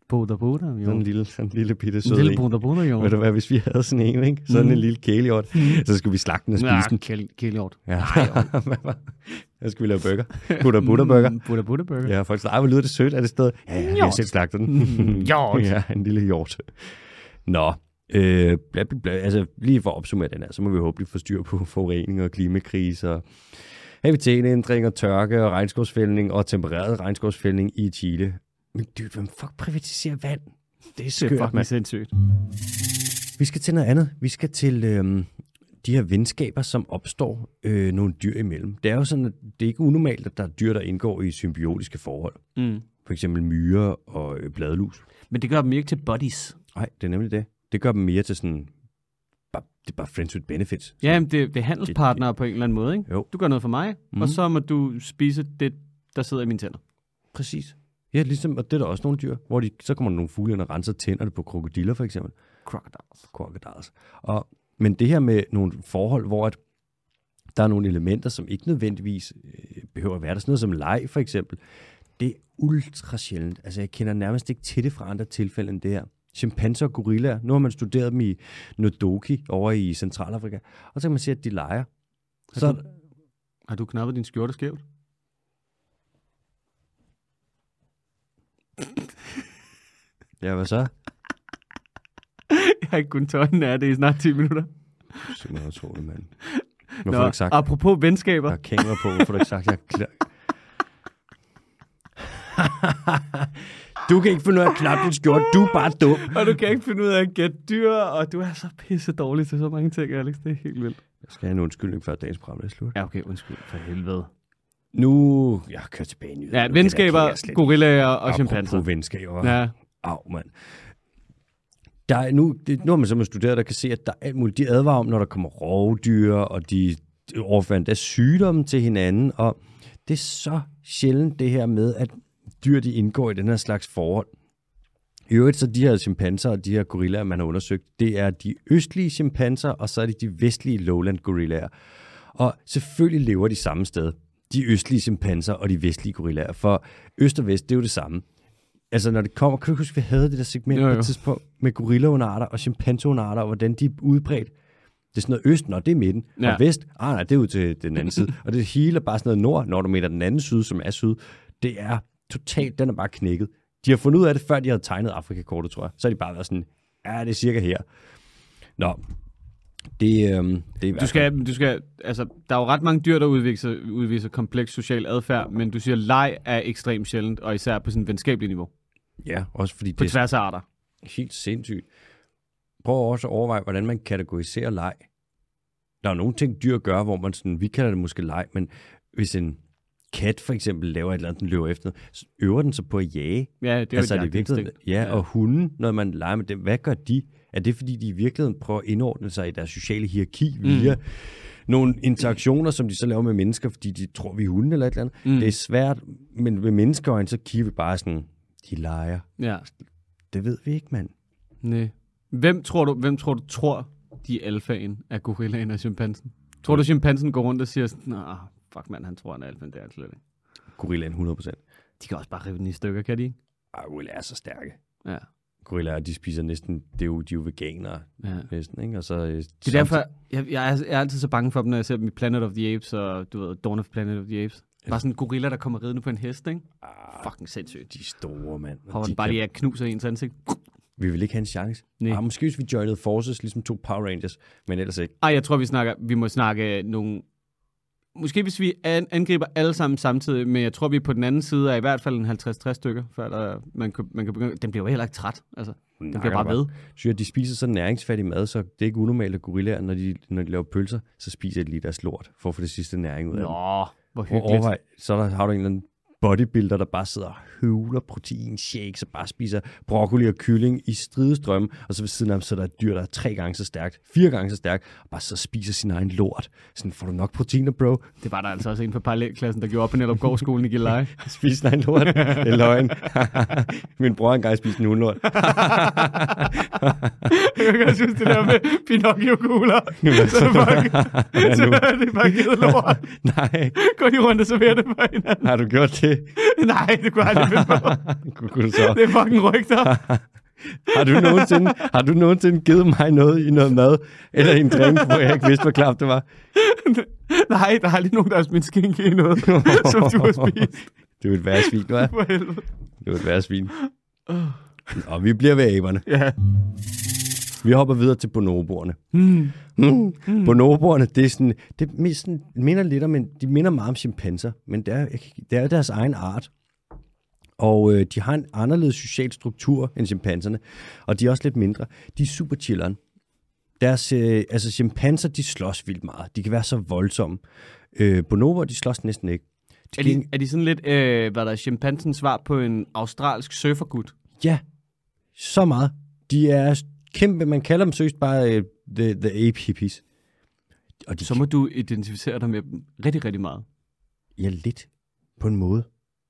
Putte putte Sådan en hjort. lille, sådan en lille bitte En sød lille Mm. en. putte putte Ved hjort. du hvad, hvis vi havde sådan en, ikke? Sådan en lille kælehjort, Mm. så skulle vi slagte den og spise den. kældhjort. Ja. så skulle vi lave burger. Butter butterburger. Putte putte Mm, burger. Ja, folk siger, "Ej, hvor lyder det sødt, er det sted? Ja, ja, vi har Hjort. selv slagtet den. Hjort. ja, en lille hjort. Nå, øh, bla, bla, bla, altså lige for at opsummere den her, så må vi håbe, at vi får styr på forurening og klimakrise og habitatændring og tørke og regnskovsfældning og tempereret regnskovsfældning i Chile. Men dude, hvem fuck privatiserer vand? Det er Det er skørt, fucking mand. sindssygt. Vi skal til noget andet. Vi skal til øhm, de her venskaber, som opstår øh, nogle dyr imellem. Det er jo sådan, at det er ikke unormalt, at der er dyr, der indgår i symbiotiske forhold. Mm. For eksempel myrer og øh, bladlus. Men det gør dem ikke til buddies. Nej, det er nemlig det. Det gør dem mere til sådan, bare, det er bare friends with benefits. Ja, men det, det er handelspartnere på en eller anden måde, ikke? Jo. Mhm. Du gør noget for mig, mm. og så må du spise det, der sidder i mine tænder. Præcis. Ja, ligesom, og det er der også nogle dyr, hvor de, så kommer der nogle fugle ind og renser tænderne på krokodiller for eksempel. Crocodiles. Crocodiles. Og, men det her med nogle forhold, hvor at der er nogle elementer, som ikke nødvendigvis øh, behøver at være der. Sådan noget som leg, for eksempel. Det er ultra sjældent. Altså, jeg kender nærmest ikke til det fra andre tilfælde end det her. Chimpanser og gorillaer. Nu har man studeret dem i Nodoki over i Centralafrika. Og så kan man se, at de leger. Så, du- Har du knappet din skjorte skævt? ja, hvad så? Jeg har ikke kun tøjen af det i snart 10 minutter. Simpelthen utroligt, mand. Hvorfor har du ikke sagt, apropos venskaber. jeg har kamera på? Hvorfor har du ikke sagt, jeg er klar? du kan ikke finde ud af at klappe din skjorte. Du er bare dum. Og du kan ikke finde ud af at gætte dyr, og du er så pisse dårlig til så mange ting, Alex. Det er helt vildt. Jeg skal have en undskyldning, før dagens program er slut. Ja, okay, undskyld for helvede. Nu... Jeg kører tilbage i nyhederne. Ja, Nu kan jeg venskaber, slet- gorillaer og Apropos chimpanser. venskaber. Ja. Ja, Au, mand. Der er nu, det, nu har man simpelthen studeret, der kan se, at der er alt muligt. De advarer om, når der kommer rovdyr, og de de overfandt af sygdomme til hinanden. Og det er så sjældent det her med, at dyr de indgår i den her slags forhold. I øvrigt så de her chimpanser og de her gorillaer, man har undersøgt, det er de østlige chimpanser, og så er det de vestlige lowland gorillaer. Og selvfølgelig lever de samme sted, de østlige chimpanser og de vestlige gorillaer, for øst og vest, det er jo det samme. Altså når det kommer, kan du huske, vi havde det der segment Jo, jo, jo. på jo. et tidspunkt med gorillaunarter og chimpanseunarter, og hvordan de er udbredt. Det er sådan noget øst, når det er midten, ja. Ja. og vest, ah, nej, det er ud til den anden side. Og det hele er bare sådan noget nord, når du mener den anden syd, som er syd. Det er totalt, den er bare knækket. De har fundet ud af det, før de havde tegnet Afrikakortet, tror jeg. Så har de bare været sådan, ja, det er cirka her. Nå, det, øhm, det er du skal, du skal, altså, der er jo ret mange dyr, der udviser, udviser kompleks social adfærd, men du siger, leg er ekstremt sjældent, og især på sådan et venskabeligt niveau. Ja, også fordi På det er tværs af arter. helt sindssygt. Prøv også at overveje, hvordan man kategoriserer leg. Der er nogle ting, dyr gør, hvor man sådan, vi kalder det måske leg, men hvis en kat for eksempel laver et eller andet, den løber efter, så øver den sig på at jage. Ja, det er Det altså, jo er et det i virkeligheden, jagtinstinkt. ja, og hunden, når man leger med dem, hvad gør de? Er det, fordi de i virkeligheden prøver at indordne sig i deres sociale hierarki via mm. nogle interaktioner, som de så laver med mennesker, fordi de tror, vi er hunden eller et eller andet? Mm. Det er svært, men med menneskeøjne, så kigger vi bare sådan, de leger. Ja. Det ved vi ikke, mand. Nej. Hvem tror du, hvem tror, du tror, de er alfaen af gorillaen og chimpansen? Tror du, chimpansen går rundt og siger sådan, Nå, fuck mand, han tror, han er alfaen, det er han slet ikke. Gorillaen 100%. De kan også bare rive den i stykker, kan de ikke? Ej, gorillaer er så stærke. Ja. Gorillaer, de spiser næsten, det er jo, de er jo veganere ja. næsten, ikke? Og så, øh, Det er derfor, jeg, jeg, er, jeg er altid så bange for dem, når jeg ser dem i Planet of the Apes og, du ved, Dawn of Planet of the Apes. Bare sådan en gorilla, der kommer ridende på en hest, ikke? Ah, Fucking sindssygt. de er store, mand. Og Hvor de den bare kan- lige er knuser ens ansigt. Vi vil ikke have en chance. Nej. Ah, måske hvis vi joinede forces, ligesom to Power Rangers, men ellers ikke. Ej, jeg tror, vi snakker, vi må snakke nogle Måske hvis vi an- angriber alle sammen samtidig, men jeg tror, vi er på den anden side af i hvert fald en 50-60 stykker, før der, man, kan, man kan begynde. Den bliver jo heller ikke træt, altså. Den Nakker bliver bare ved. Syre, de spiser sådan næringsfattig mad, så det er ikke unormalt, at gorillaer, når de, når de laver pølser, så spiser de lige deres lort, for at få det sidste næring ud af dem. Nå, hvor Og hyggeligt. overvej, så er der, har du en eller anden bodybuilder, der bare sidder og høvler protein shakes og bare spiser broccoli og kylling i stridestrøm, og så ved siden af ham så er der et dyr, der er tre gange så stærkt, fire gange så stærkt, og bare så spiser sin egen lort. Sådan, får du nok proteiner, bro? Det var der altså også en fra parallelklassen, der gjorde op på Netop Gårdskolen i Gilleleje. Spis sin egen lort. Det er løgn. Min bror engang spiste en hundelort. jeg kan synes, det der med pinocchio-kugler. så er det bare, så er det bare givet lort. Nej, Går de rundt og serverer det for hinanden? har du gjort det? Nej, det kunne jeg aldrig finde på. Kunne- kunne du så? Det er fucking rygter. Har du, nogensinde, har du nogensinde givet mig noget i noget mad, eller en drink, hvor jeg ikke vidste, hvor klart det var? Nej, der er aldrig nogen, der har smidt skinke i noget, som du har spist. Det er jo et værre svin, du er. For helvede. Det er jo et værre svin. Og vi bliver ved aberne. Ja. Vi hopper videre til bonoboerne. Hmm. Mm. Mm. Bonoboerne, det er sådan, det er mest sådan, minder lidt om, en, de minder meget om chimpanser, men det er, jeg kan ikke- det er deres egen art. Og øh, de har en anderledes social struktur end chimpanserne, og de er også lidt mindre. De er super chilleren. Deres, øh, altså chimpanser, de slås vildt meget. De kan være så voldsomme. Øh, bonoboer, de slås næsten ikke. Er de, er de sådan lidt, øh, hvad der er, chimpansens svar på en australsk surfergud? Ja, så meget. De er kæmpe, man kalder dem søst bare øh, the, the ape hippies. Og de Så må du identificere dig med dem rigtig, rigtig meget. Ja, lidt. På en måde.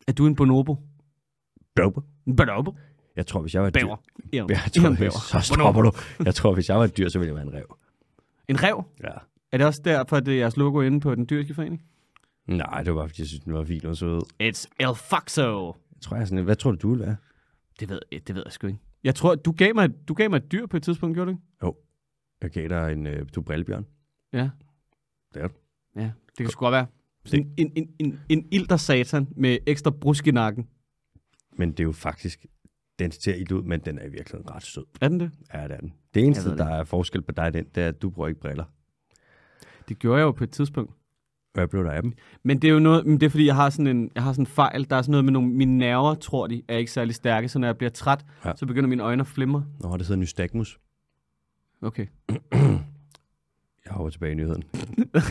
Er du en bonobo? Bæver. En bonobo? Jeg tror, hvis jeg var et dyr... Bæver. Ja, Jeg ja, en tror, bæver. så stopper du. Jeg tror, hvis jeg var et dyr, så ville jeg være en rev. En rev? Ja. Er det også derfor, det er jeres logo inde på den dyriske forening? Nej, det var bare, fordi jeg synes, den var vild og sød. It's El Foxo. Jeg tror, jeg er sådan, lidt- hvad tror du, du ville være? Det ved, jeg- det ved jeg sgu ikke. Jeg tror, du gav, mig, du gav mig et dyr på et tidspunkt, gjorde du ikke? Jeg gav dig en øh, du er brillebjørn. Ja. Det er du. Ja, det kan sgu godt være. En, en, en, en, en ilter satan med ekstra brusk i nakken. Men det er jo faktisk, den ser ild ud, men den er i virkeligheden ret sød. Er den det? Ja, det er den. Det eneste, ved det der er forskel på dig og den, det er, at du bruger ikke briller. Det gjorde jeg jo på et tidspunkt. Hvad blev der af dem? Men det er jo noget, men det er fordi, jeg har, sådan en, jeg har sådan en fejl. Der er sådan noget med nogle, mine nerver, tror de, er ikke særlig stærke. Så når jeg bliver træt, Ja. ja. så begynder mine øjne at flimre. Nå, det hedder nystagmus. Okay. Jeg hopper tilbage i nyheden.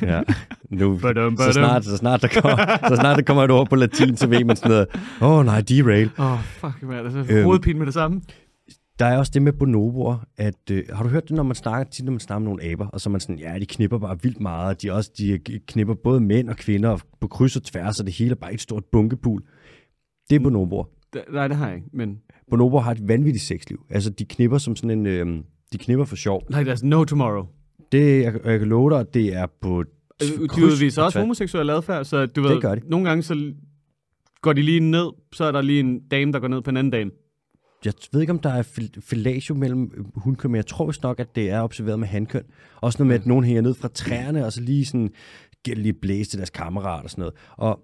ja. Nu, Badum, så, badum. snart, så, snart der kommer, så snart der kommer et ord på latin, så ved man sådan noget. Åh oh, nej, derail. Åh, oh, fuck, man. Altså, Øhm. øhm. hovedpine med det samme. Der er også det med bonoboer, at øh, har du hørt det, når man snakker tit, når man snakker med nogle aber, og så er man sådan, ja, de knipper bare vildt meget, og de, er også, de øh, knipper både mænd og kvinder og på kryds og tværs, og det hele er bare et stort bunkepul. Det er bonoboer. D- nej, det har jeg ikke, men... Bonoboer har et vanvittigt sexliv. Altså, de knipper som sådan en, øh, de knipper for sjov. Like there's no tomorrow. Det, jeg, jeg kan love dig, det er på Øh, De kryds udviser og også tværs. homoseksuel adfærd, så du ved, Det gør de. nogle gange så går de lige ned, så er der lige en dame, der går ned på en anden dame. jeg ved ikke, om der er fil- fellatio mellem øh, hundkøn, men jeg tror vist nok, at det er observeret med hankøn. Også noget med, at nogen hænger ned fra træerne, og så lige sådan giver det lige blæse til deres kammerat og sådan noget. Og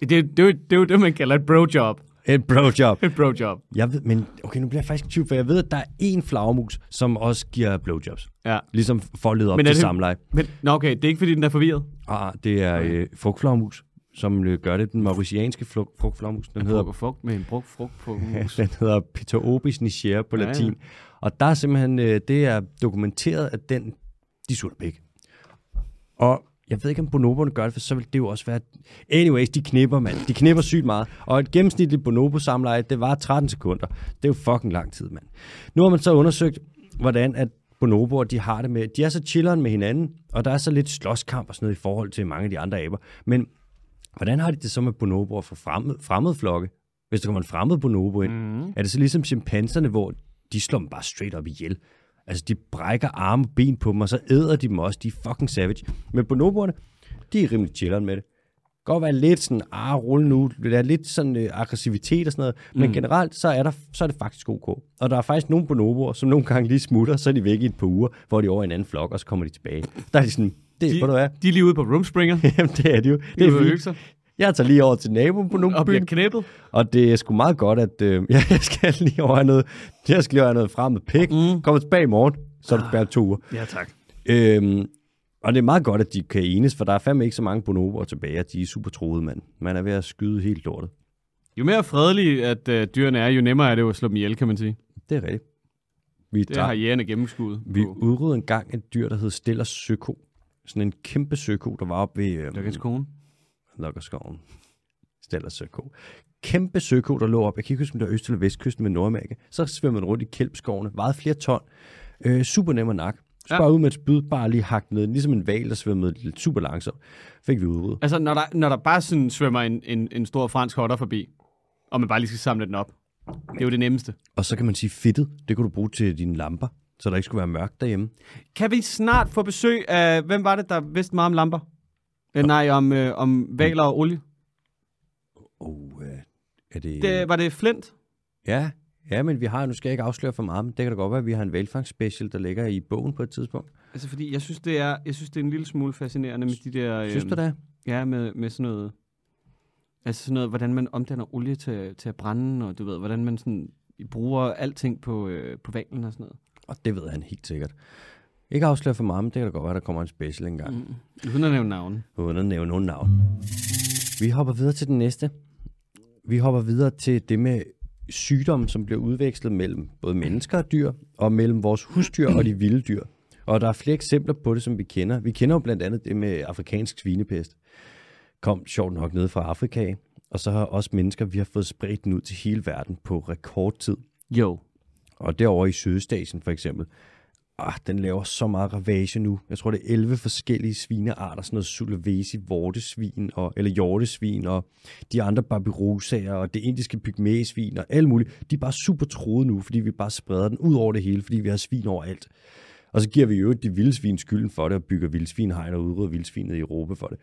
Det, det, er jo- det er jo det, man kalder et brojob. et blowjob. Et brojob. Jeg ved, men okay, nu bliver jeg faktisk i tvivl, for jeg ved, at der er én flagermus, som også giver blowjobs. Ja. Ligesom for at lede op Men er til det- samleje. Men, nå okay, det er ikke, fordi den er forvirret. Ah, det er øh, frugtflagermus, som øh, gør det. Den mauritianske flug- frugtflagermus, den hedder Brugt frugt med en brugt frugt på Den hedder Pitoobis niger på Ja, ja. latin. Og der er simpelthen, øh, det er dokumenteret, at den, de sutter pæk. Og jeg ved ikke, om bonoberne gør det, for så vil det jo også være... Anyways, de knipper, mand. De knipper sygt meget. Og et gennemsnitligt bonobo-samleje, det var 13 sekunder. Det er jo fucking lang tid, mand. Nu har man så undersøgt, hvordan at bonoboer, de har det med... De er så chilleren med hinanden, og der er så lidt slåskamp og sådan noget i forhold til mange af de andre aber. Men Hvordan har de det så med bonoboer fra fremmed, fremmede flokke? Hvis der kommer en fremmed bonobo ind, mm. er det så ligesom chimpanserne, hvor de slår dem bare straight op ihjel? Altså, de brækker arme og ben på dem, og så æder de dem også. De er fucking savage. Men bonoboerne, de er rimelig chilleren med det. Godt være lidt sådan, ah, rulle nu. Der er lidt sådan øh, aggressivitet og sådan noget. Men mm. generelt, så er, der, så er det faktisk ok. Og der er faktisk nogle bonoboer, som nogle gange lige smutter, så er de væk i et par uger, hvor de er over i en anden flok, og så kommer de tilbage. Der er de sådan, det er, de... hvor du er. De er lige ude på Roomspringer. Jamen, det er det jo. Det Det er er hygge fint. sig Jeg tager lige over til naboen på nogle og bliver byen, knippet. og det er sgu meget godt, at øh, jeg skal lige over have noget, jeg Ah. skal lige over have noget frem med pik. Mm. Kommer tilbage i morgen, så er det bare to uger. Ja, tak. Øhm, Og det er meget godt, at de kan enes, for der er fandme ikke så mange bonoboer tilbage, og de er super troede, mand. Man er ved at skyde helt lortet. Jo mere fredelige, at øh, dyrene er, jo nemmere er det jo at slå dem ihjel, kan man sige. Det er rigtigt. Vi, Det har dræb, jægerne gennemskuet. vi på udryddede engang et dyr, der hed Stillers Søko. Sådan en kæmpe søko, der var oppe ved... Øh, Lykkens kone. Lokkerskoven. Stellers søko. Kæmpe søko, der lå op. Jeg kan ikke huske, om det var øst- eller vestkysten med Nordamerika. Så svømmer man rundt i kælpskovene. Vejede flere ton. Øh, super nem at nakke. Så Ja. bare ud med et spyd, bare lige hakt ned. Ligesom en val, der svømmede lidt super langsomt. Fik vi udryddet. Altså, når der, når der bare sådan svømmer en, en, en stor fransk hotter forbi, og man bare lige skal samle den op. Det er jo det nemmeste. Og så kan man sige fedtet. Det kunne du bruge til dine lamper, så der ikke skulle være mørkt derhjemme. Kan vi snart få besøg af, hvem var det, der vidste meget om lamper? Øh, nej, om, øh, om valer og olie. Og øh, er det... Det, var det Flint? Ja, ja, men vi har, nu skal jeg ikke afsløre for meget, men det kan da godt være, at vi har en valfangsspecial, der ligger i bogen på et tidspunkt. Altså, fordi jeg synes, det er, jeg synes, det er en lille smule fascinerende med de der... øhm, Synes du det? Ja, med, med sådan noget... Altså sådan noget, hvordan man omdanner olie til, til at brænde, og du ved, hvordan man sådan bruger alting på, øh, på valen og sådan noget. Og det ved han helt sikkert. Ikke afsløre for meget, men det kan da godt være, der kommer en special engang. Mm. Uden at nævne navne. Uden at nævne nogen navn. Vi hopper videre til den næste. Vi hopper videre til det med sygdomme, som bliver udvekslet mellem både mennesker og dyr, og mellem vores husdyr og de vilde dyr. Og der er flere eksempler på det, som vi kender. Vi kender jo blandt andet det med afrikansk svinepest. Kom sjovt nok ned fra Afrika, af, og så har også mennesker, vi har fået spredt den ud til hele verden på rekordtid. Jo. Og derovre i Sydøstasien for eksempel, ah, den laver så meget ravage nu. Jeg tror, det er 11 forskellige svinearter, sådan noget sulawesi, vortesvin, og, eller hjortesvin, og de andre barberosaer, og det indiske pygmæsvin, og alt muligt. De er bare super troede nu, fordi vi bare spreder den ud over det hele, fordi vi har svin overalt. Og så giver vi jo de vilde svin skylden for det, og bygger vildsvinhegn og udrydder vildsvinet i Europa for det.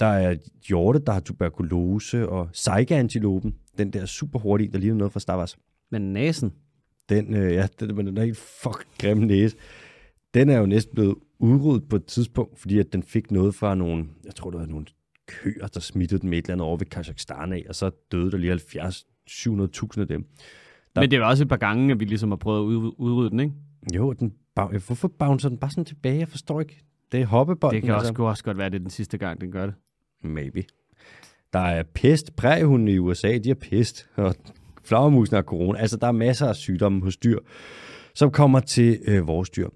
Der er hjorte, der har tuberkulose, og saiga-antilopen, den der super hurtige, der ligner noget fra Star Wars. Men næsen. Den, øh, ja, den, men den er helt fuck grim næse. Den er jo næsten blevet udryddet på et tidspunkt, fordi at den fik noget fra nogle, jeg tror, der var nogle køer, der smittede dem et eller andet over ved Kazakhstan af, og så døde der lige 70 700.000 af dem. Der- Men det er jo også et par gange, at vi ligesom har prøvet at ud- udrydde den, ikke? Jo, den, bou- hvorfor bouncer den bare sådan tilbage? Jeg forstår ikke. Det er altså. hoppebolden. Det kan også, kunne også godt være, at det er den sidste gang, den gør det. Maybe. Der er pest. Prægehundene i USA, de har pest. Og flagermusene har corona. Altså, der er masser af sygdomme hos dyr, som kommer til øh, vores dyr.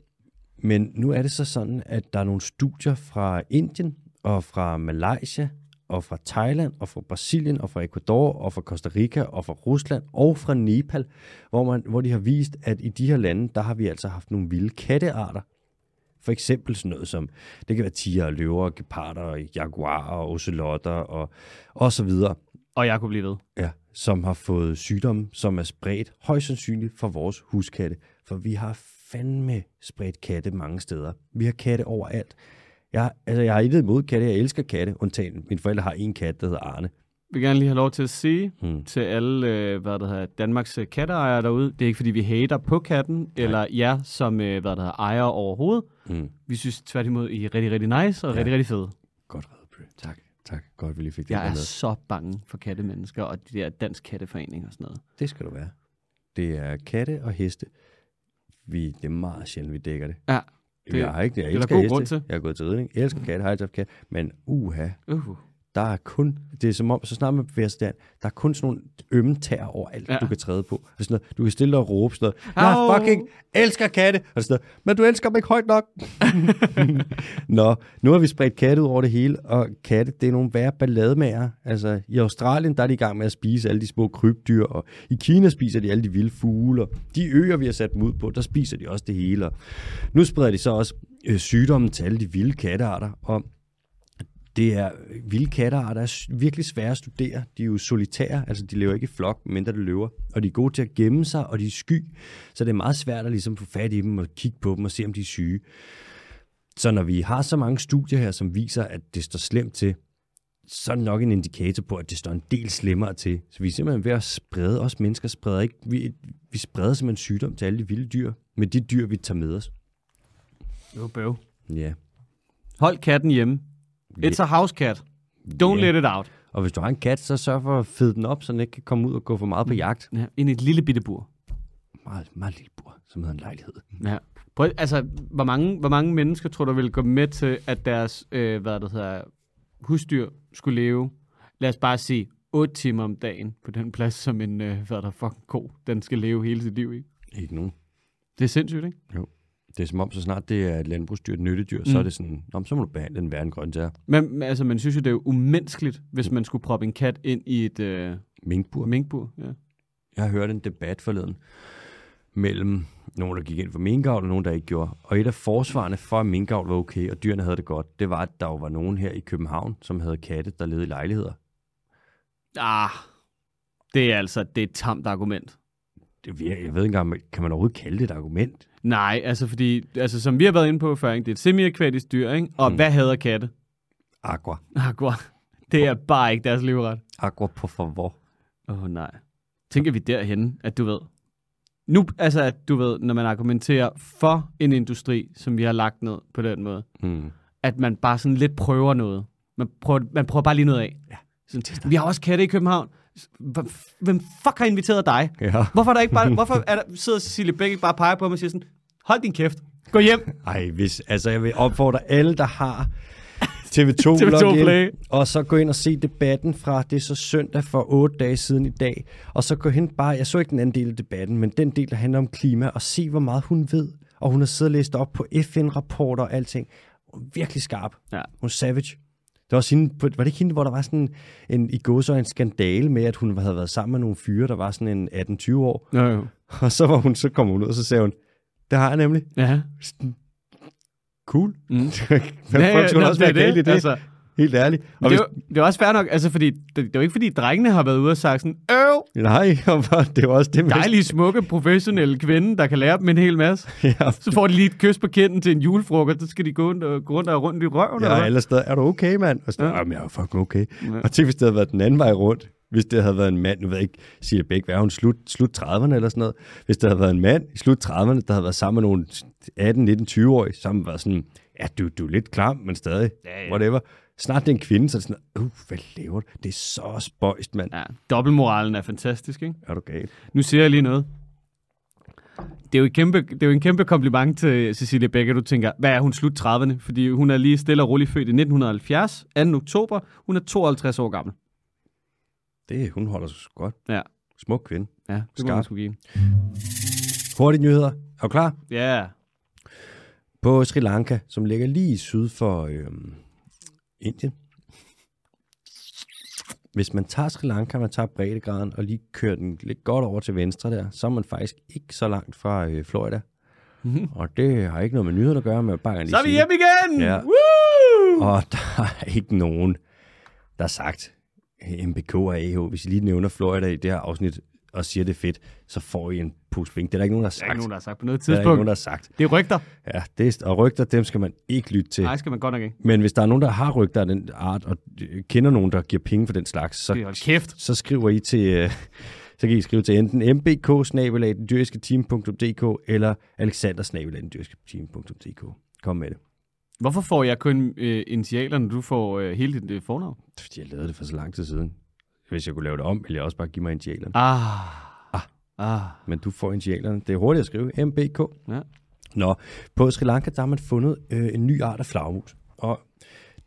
Men nu er det så sådan, at der er nogle studier fra Indien og fra Malaysia og fra Thailand og fra Brasilien og fra Ecuador og fra Costa Rica og fra Rusland og fra Nepal, hvor, man, hvor de har vist, at i de her lande, der har vi altså haft nogle vilde kattearter, for eksempel sådan noget som, det kan være tiger, og løver, og geparder, og jaguarer, og ocelotter, og, og så videre, Og jeg kunne blive ved. ja, som har fået sygdomme, som er spredt højst sandsynligt fra vores huskatte. For vi har fandme spredt katte mange steder. Vi har katte overalt. Jeg, altså, jeg har intet imod katte, jeg elsker katte, undtagen mine forældre har en kat, der hedder Arne. Jeg vil gerne lige have lov til at sige Mm. mm. til alle øh, hvad det hedder, Danmarks øh, katteejere derude, det er ikke fordi, vi hater på katten, Nej. eller jer som øh, hvad det hedder, ejer overhovedet. Mm. Vi synes tværtimod, I er rigtig, rigtig nice og ja. rigtig, rigtig fede. Godt reddet, Bry. Tak, tak. Godt, vi lige fik det Jeg er med. så bange for kattemennesker og de der dansk katteforening og sådan noget. Det skal du være. Det er katte og heste. Vi, det er meget sjældent, vi dækker det. Ja, Det, jeg har ikke, jeg det er der elsker god heste. grund til. Jeg har gået til ridning. Jeg elsker katte, har altid haft katte. Men uha, uh. der er kun, det er som om, så snart man bevæger sig derind, der er kun sådan nogle ømme tæer over alt, ja. Ja. du kan træde på. Og sådan noget, du kan stille dig og råbe sådan noget. Jeg Au. fucking elsker katte! Og sådan noget, men du elsker dem ikke højt nok. Nå, nu har vi spredt katte ud over det hele, og katte, det er nogle værre ballademager. Altså, i Australien, der er de i gang med at spise alle de små krybdyr, og i Kina spiser de alle de vilde fugle, og de øer, vi har sat dem ud på, der spiser de også det hele. Og nu spreder de så også øh, sygdommen til alle de vilde kattearter, og det er vilde kattearter er s- virkelig svære at studere. De er jo solitære, altså de lever ikke i flok, mindre de løver. Og de er gode til at gemme sig, og de er sky, så det er meget svært at ligesom få fat i dem og kigge på dem og se, om de er syge. Så når vi har så mange studier her, som viser, at det står slemt til, så er det nok en indikator på, at det står en del slemmere til. Så vi er simpelthen ved at sprede, os mennesker spreder ikke, vi, vi spreder simpelthen sygdom til alle de vilde dyr, med de dyr, vi tager med os. Jo, bøv. Ja. Hold katten hjemme. It's a house cat. Don't Yeah. let it out. Og hvis du har en kat, så sørg for at fede den op, så den ikke kan komme ud og gå for meget på jagt. Ja, ind i et lille bitte bur. meget, meget lille bur, som hedder en lejlighed. Ja. Prøv, altså, hvor mange, hvor mange mennesker tror du vil gå med til, at deres øh, hvad det hedder, husdyr skulle leve, lad os bare sige, 8 timer om dagen på den plads, som en øh, hvad der fucking ko, den skal leve hele sit liv i? Ikke nogen. Det er sindssygt, ikke? Det er som om, så snart det er et landbrugsdyr, et nyttedyr, mm. så er det sådan, Nå, men så må du behandle den værre end grøntsager. Men men altså, man synes jo, det er jo umenneskeligt, hvis man skulle proppe en kat ind i et øh, Minkbur. minkbur. Ja. Jeg hørte en debat forleden mellem nogen, der gik ind for minkavl, og nogen, der ikke gjorde. Og et af forsvarene for, at minkavl var okay, og dyrene havde det godt, det var, at der jo var nogen her i København, som havde katte, der levede i lejligheder. Ah, det er altså det er et tamt argument. Det, vir- jeg ved ikke engang, kan man overhovedet kalde det et argument? Nej, altså fordi, altså som vi har været inde på før, ikke? det er et semi-akvatisk dyr, ikke? Og mm. hvad hader katte? Aqua. Agua. Ah, Det er bare ikke deres livret. Aqua på favor. Åh oh, nej. Tænker vi derhen, at du ved... Nu, altså at du ved, når man argumenterer for en industri, som vi har lagt ned på den måde, Mm. at man bare sådan lidt prøver noget. Man prøver, man prøver bare lige noget af. Ja. Sådan, vi har også katte i København. Hvem- Hvem fuck har inviteret dig? Ja. Hvorfor, er der ikke bare, hvorfor er der, sidder Cecilie Bæk ikke bare og peger på mig og siger sådan, hold din kæft, gå hjem. Ej, hvis, altså jeg vil opfordre alle, der har TV2, TV2 Play. Play. og så gå ind og se debatten fra, det er så søndag for otte dage siden i dag, og så gå hen bare, jeg så ikke den anden del af debatten, men den del, der handler om klima, og se, hvor meget hun ved, og hun har siddet og læst op på FN-rapporter og alting. Hun er virkelig skarp. Ja. Hun er savage. Det var, også hende, på- var det ikke hende, hvor der var sådan en, i går så en skandale med, at hun havde været sammen med nogle fyre, der var sådan en 18-20 år, Nå jo. og så, var hun, så kom hun ud, og så sagde hun, det har jeg nemlig. Ja. Cool. Mm. Men folk skulle nå, også være det er galt i det. Altså. Helt ærligt. Og Og det, hvis, er jo, det er også fair nok, altså fordi, det, det er jo ikke fordi drengene har været ude og sagt sådan, øv, nej, og hvor- det var også det mest. dejlige, smukke, professionelle kvinde, der kan lære dem en hel masse. Ja, Så får de lige et kys på kinden til en julefrokost, så skal de gå rundt og, gå rundt, og rundt i røven. jeg eller er hvad? alle steder. Er du okay, mand? Og sådan, Ja. ja. Jamen, jeg er fucking okay. Ja. Ja. Og tænk, hvis det havde været den anden vej rundt. Hvis det havde været en mand, nu ved jeg ikke, siger det begge, hvad er hun, slut, slut 30'erne eller sådan noget. Hvis det havde været en mand i slut 30'erne, der havde været sammen med nogle 18, 19, 20-årige, så havde man været sådan, ja, du, du er lidt klam, men stadig, Ja, ja, ja. ja. whatever. Snart det er en kvinde, så er det sådan, uh, hvad laver du? Det er så spøjst, mand. Ja. Ja, dobbeltmoralen er fantastisk, ikke? Er du gal? Nu siger jeg lige noget. Det er, jo et kæmpe, det er jo en kæmpe kompliment til Cecilie Becker, du tænker, hvad er hun slut 30'erne? Fordi hun er lige stille og roligt født i 1970, 2. oktober. Hun er 52 år gammel. Det, hun holder sig sgu godt. Ja, Smuk kvinde. ja det må man Skarp. skulle give. Hurtige nyheder. Er du klar? Ja, yeah. På Sri Lanka, som ligger lige syd for øh, Indien. Hvis man tager Sri Lanka, man tager breddegraden og lige kører den lidt godt over til venstre der, så er man faktisk ikke så langt fra øh, Florida. Mm-hmm. Og det har ikke noget med nyheder at gøre, men jeg vil bare gerne Mhm. så er vi lige sige hjemme igen! Ja. Woo! det. Og der er ikke nogen, der har sagt, øh, MBK og AH, hvis I lige nævner Florida i det her afsnit, og siger det er fedt, så får I en pusping. Det er der ikke nogen, der har Der er sagt. ikke nogen, der har sagt på noget Det er der ikke tidspunkt. nogen, der har sagt. Det er rygter. Ja, det er, og rygter, dem skal man ikke lytte til. Nej, skal man godt nok ikke. Men hvis der er nogen, der har rygter af den art, og øh, kender nogen, der giver penge for den slags, Det er så, hold kæft. så skriver I til... Øh, så kan I skrive til enten mbk eller alexander Kom med det. Hvorfor får jeg kun øh, initialer, når du får øh, hele dit øh, fornavn? Det er, Fordi jeg lavede det for så lang tid siden. Hvis jeg kunne lave det om, ville jeg også bare give mig initialerne. Ah. Ah. Men du får initialerne. Det er hurtigt at skrive. MBK. Ja. Nå, på Sri Lanka, der har man fundet øh, en ny art af flagmus. Og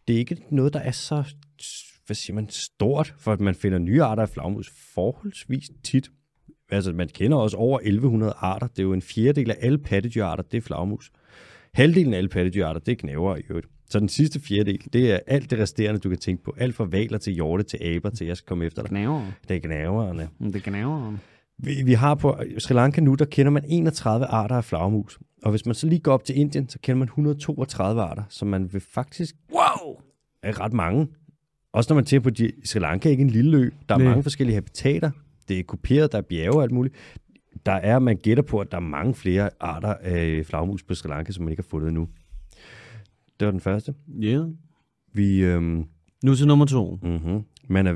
det er ikke noget, der er så hvad siger man, stort, for at man finder nye arter af flagmus forholdsvis tit. Altså, man kender også over 1100 arter. Det er jo en fjerdedel af alle pattedyrarter, det er flagmus. Halvdelen af alle pattedyrarter, det er knæver i øvrigt. Så den sidste fjerdedel, det er alt det resterende, du kan tænke på. Alt fra valer til hjorte til aber til jeg skal komme efter dig. Gnaver. Det er gnaverne. Mm, Det gnaver. Vi, vi har på Sri Lanka nu, der kender man 31 arter af flagermus. Og hvis man så lige går op til Indien, så kender man 132 arter, som man vil faktisk Wow! er ret mange. Også når man tænker på, at Sri Lanka er ikke en lille ø. Der er Nej. Nej. mange forskellige habitater. Det er kuperet, der er bjerge og alt muligt. Der er, man gætter på, at der er mange flere arter af flagmus på Sri Lanka, som man ikke har fundet endnu. Det var den første. Yeah. Vi, øhm, Nu til nummer to. mm-hmm. Man er,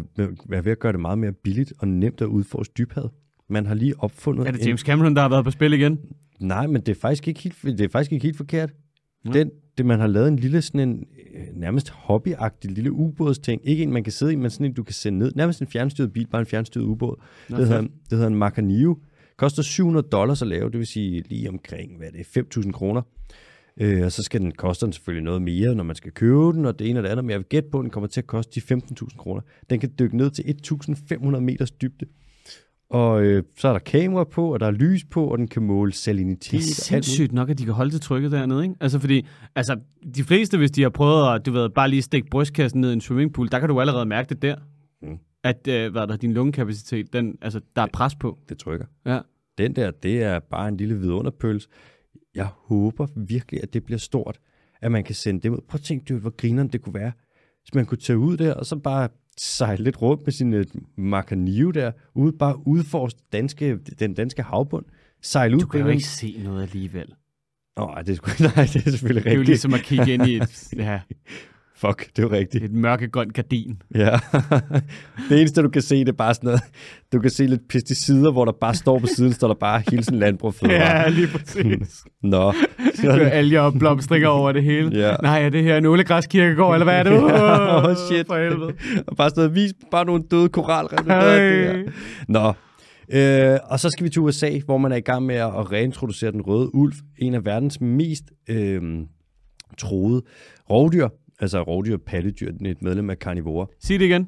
er ved at gøre det meget mere billigt og nemt at udforske dybhavet. Man har lige opfundet... Er det en- James Cameron, der har været på spil igen? Nej, men det er faktisk ikke helt, det er faktisk ikke helt forkert. Den, det, man har lavet en lille, sådan en øh, nærmest hobbyagtig lille ubådsting. Ikke en, man kan sidde i, men sådan en, du kan sende ned. Nærmest en fjernstyret bil, bare en fjernstyret ubåd. Det hedder, det hedder en Macanio. Koster 700 dollars at lave, det vil sige lige omkring, hvad er det, 5.000 kroner. Øh, og så skal den, koster den selvfølgelig noget mere, når man skal købe den, og det ene og det andet. Men jeg vil gætte på, at den kommer til at koste de 15.000 kroner. Den kan dykke ned til 1.500 meters dybde. Og øh, så er der kamera på, og der er lys på, og den kan måle salinitet. Det og er alt muligt. sindssygt nok, at de kan holde til trykket dernede, ikke? Altså, fordi altså, de fleste, hvis de har prøvet at, du ved, bare lige stikke brystkassen ned i en swimmingpool, der kan du allerede mærke det der. Mm. At, øh, hvad er der, din lungekapacitet, den, altså, der er pres på. Det trykker. Ja. Den der, det er bare en lille vidunderpølse. Jeg håber virkelig, at det bliver stort, at man kan sende det ud. Prøv at tænke, dude, hvor grineren det kunne være, hvis man kunne tage ud der, og så bare sejle lidt rundt med sin øh, Macanio der, ude, bare udforske danske, den danske havbund, sejle ud. Du kan jo den- ikke se noget alligevel. Nå, det er sgu, nej, det er selvfølgelig Det er jo rigtigt. ligesom at kigge ind i et, ja, Fuck, det er jo rigtigt. et mørkegrønt gardin. Ja. det eneste, du kan se, det er bare sådan noget. Du kan se lidt pesticider, hvor der bare står på siden, står der bare hilsen landbrug ja. lige præcis. Nå. Det er alger og blomstringer over det hele. Ja. Nej, er det her en ålegræskirkegård, eller hvad er det? Åh, oh, shit. For helvede. Og bare sådan noget, vis bare nogle døde koralrev. Hej. Nå. Øh, og så skal vi til USA, hvor man er i gang med at reintroducere den røde ulv, en af verdens mest øh, troede rovdyr. Altså rovdyr og pattedyr, den er et medlem af karnivore. Sig det igen.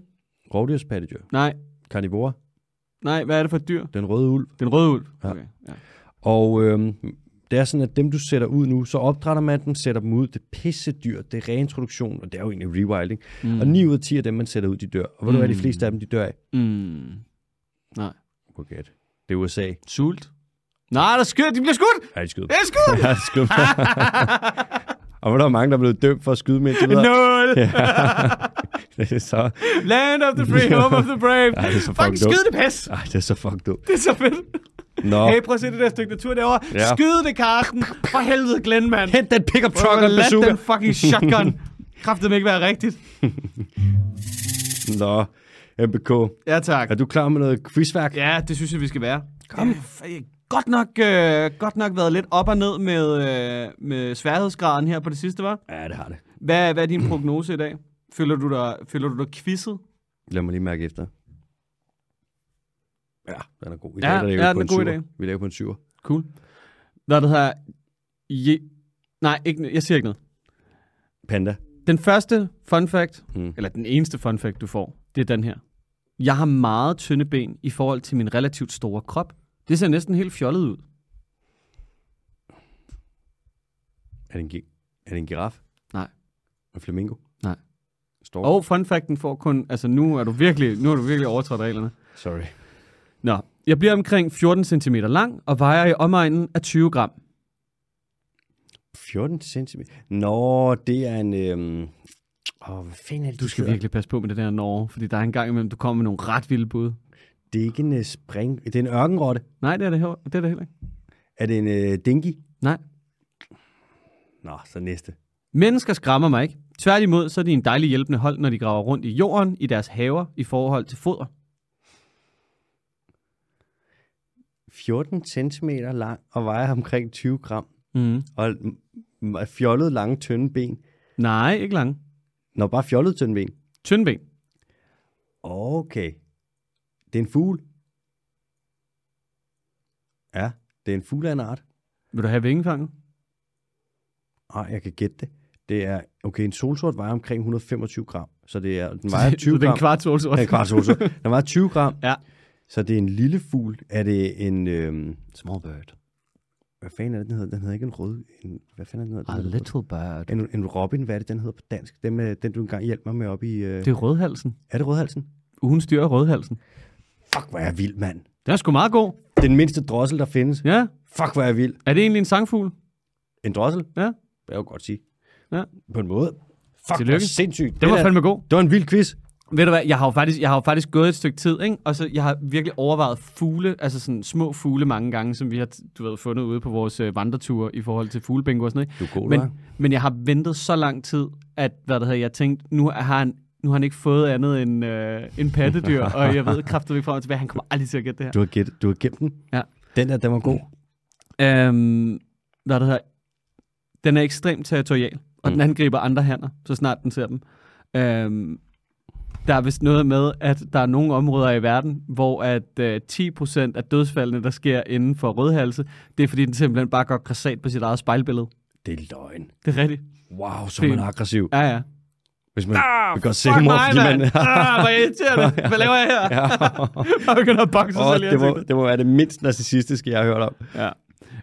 Rovdyrspattedyr. Nej, Karnivore. nej, hvad er det for et dyr? Den røde ulv. Den røde ulv. Ja. Okay, ja. Og øh, det er sådan, at dem, du sætter ud nu, så opdrætter man dem, sætter dem ud. Det er pisse dyrt, det er reintroduktion, og det er jo egentlig rewilding. Mm. Og 9 ud af 10 af dem, man sætter ud, de dør. Og ved du hvad, de Mm. fleste af dem, de dør af? Mm. Nej. Okay. Det er USA. Sult? Nej, der skyder, de bliver skudt! Ej, de skyder. Det er skudt! Ja, de skyder. og hvor der er mange, der er blevet dømt for at skyde med indtil videre. Nul! Det er så, Land of the free, home of the brave! Ej, det er så Fucking fucking dumt. skyd det pæs! ej, det er så fucked up. Det er så fedt. Nå, Hey, prøv at se det der stykke natur derovre. Ja. Skyd det, Carsten! For helvede, Glenn, mand! hent den pickup truck og en Lad bazooka. den fucking shotgun kræftet ikke være rigtigt. Nå, MBK. Ja, tak. Er du klar med noget quizværk? Ja, det synes jeg, vi skal være. Kom. Ja, godt, nok, øh, godt nok været lidt op og ned med, øh, med sværhedsgraden her på det sidste, var. Ja, det har det. Hvad, hvad er din prognose i dag? Føler du dig, føler du dig quizzet? Lad mig lige mærke efter. Ja, den er god. I Ja, dag, der laver ja, vi på den er en god i syver. dag. Vi laver på en syver. Cool. Hvad det her? Je... Nej, ikke, jeg siger ikke noget. Panda. Den første fun fact, Mm. eller den eneste fun fact, du får, det er den her. Jeg har meget tynde ben i forhold til min relativt store krop. Det ser næsten helt fjollet ud. Er det en, gi- er det en giraf? Nej. En flamingo? Nej. Stork? Og fun facten får kun, altså nu er du virkelig, nu er du virkelig overtrådt reglerne. Sorry. Nå, jeg bliver omkring 14 cm lang og vejer i omegnen af 20 gram. 14 cm. Nå, det er en... Øhm... Åh, hvad fanden er det, Du de skal hedder? virkelig passe på med det der Norge, fordi der er en gang imellem, du kommer med nogle ret vilde bud. Det er ikke en øh, spring... Det er en ørkenrotte. Nej, det er det, her, det, er det heller ikke. Er det en øh, dinky? Nej. Nå, så næste. Mennesker skræmmer mig ikke. Tværtimod, så er de en dejlig hjælpende hold, når de graver rundt i jorden, i deres haver, i forhold til foder. 14 cm lang og vejer omkring 20 gram. Mm. Og m- m- fjollet lange, tynde ben. Nej, ikke lange. Nå, bare fjollet tynde ben. Tynde ben. Okay. Det er en fugl. Ja, det er en fugl af en art. Vil du have vingefanget? Ah, jeg kan gætte det. Det er, okay, en solsort vejer omkring 125 gram. Så det er, den Så vejer det- 20 så det er gram. en kvart solsort. Ja, en kvart solsort. Den vejer 20 gram. Ja. Så det er en lille fugl. Er det en... Øhm, Small bird. Hvad fanden er det, den hedder? Den hedder ikke en rød... En, hvad fanden er det, den A hedder? Den hedder- little bird. En, en robin, hvad er det, den hedder på dansk? Den, med, den du engang hjalp mig med op i... Øh, Det er rødhalsen. er det rødhalsen? Ugens dyr er rødhalsen. Fuck, hvor er jeg vild, mand. Den er sgu meget god. Den mindste drossel, der findes. Ja. Fuck, hvor er jeg vild. Er det egentlig en sangfugl? En drossel? Ja. Det er jo godt sige. Ja. På en måde. Fuck, Tillykke. Tillykke. sindssygt. Den var der- fandme god. det var en vild quiz. Ved du hvad, jeg har jo faktisk, jeg har jo faktisk gået et stykke tid, ikke? og så jeg har virkelig overvejet fugle, altså sådan små fugle mange gange, som vi har du ved, fundet ude på vores øh, vandreture i forhold til fuglebingo og sådan noget. Du er god, Men, hva'? men jeg har ventet så lang tid, at hvad det hedder, jeg tænkte, nu har han, nu har han ikke fået andet end øh, en pattedyr, og jeg ved kraftigt frem og tilbage, han kommer aldrig til at gætte det her. Du har, gæt, du har gemt den. Ja. Den der, den var god. Øhm, hvad det hedder, den er ekstremt territorial, og mm. den angriber andre hanner, så snart den ser dem. Øhm, Der er vist noget med, at der er nogle områder i verden, hvor at øh, 10% af dødsfaldene, der sker inden for rødhalse, det er fordi, den simpelthen bare går krasat på sit eget spejlbillede. Det er løgn. Det er rigtigt. Wow, så er man Fint. aggressiv. Ja, ja. Hvis man ah, begår Fuck selvmord, mig, fordi man... mand! Ah, hvor irriterende! Hvad laver jeg her? ja. Jeg begynder at bokse sig Åh, selv i det, må, ansigtet. det må være det mindst narcissistiske, jeg har hørt om.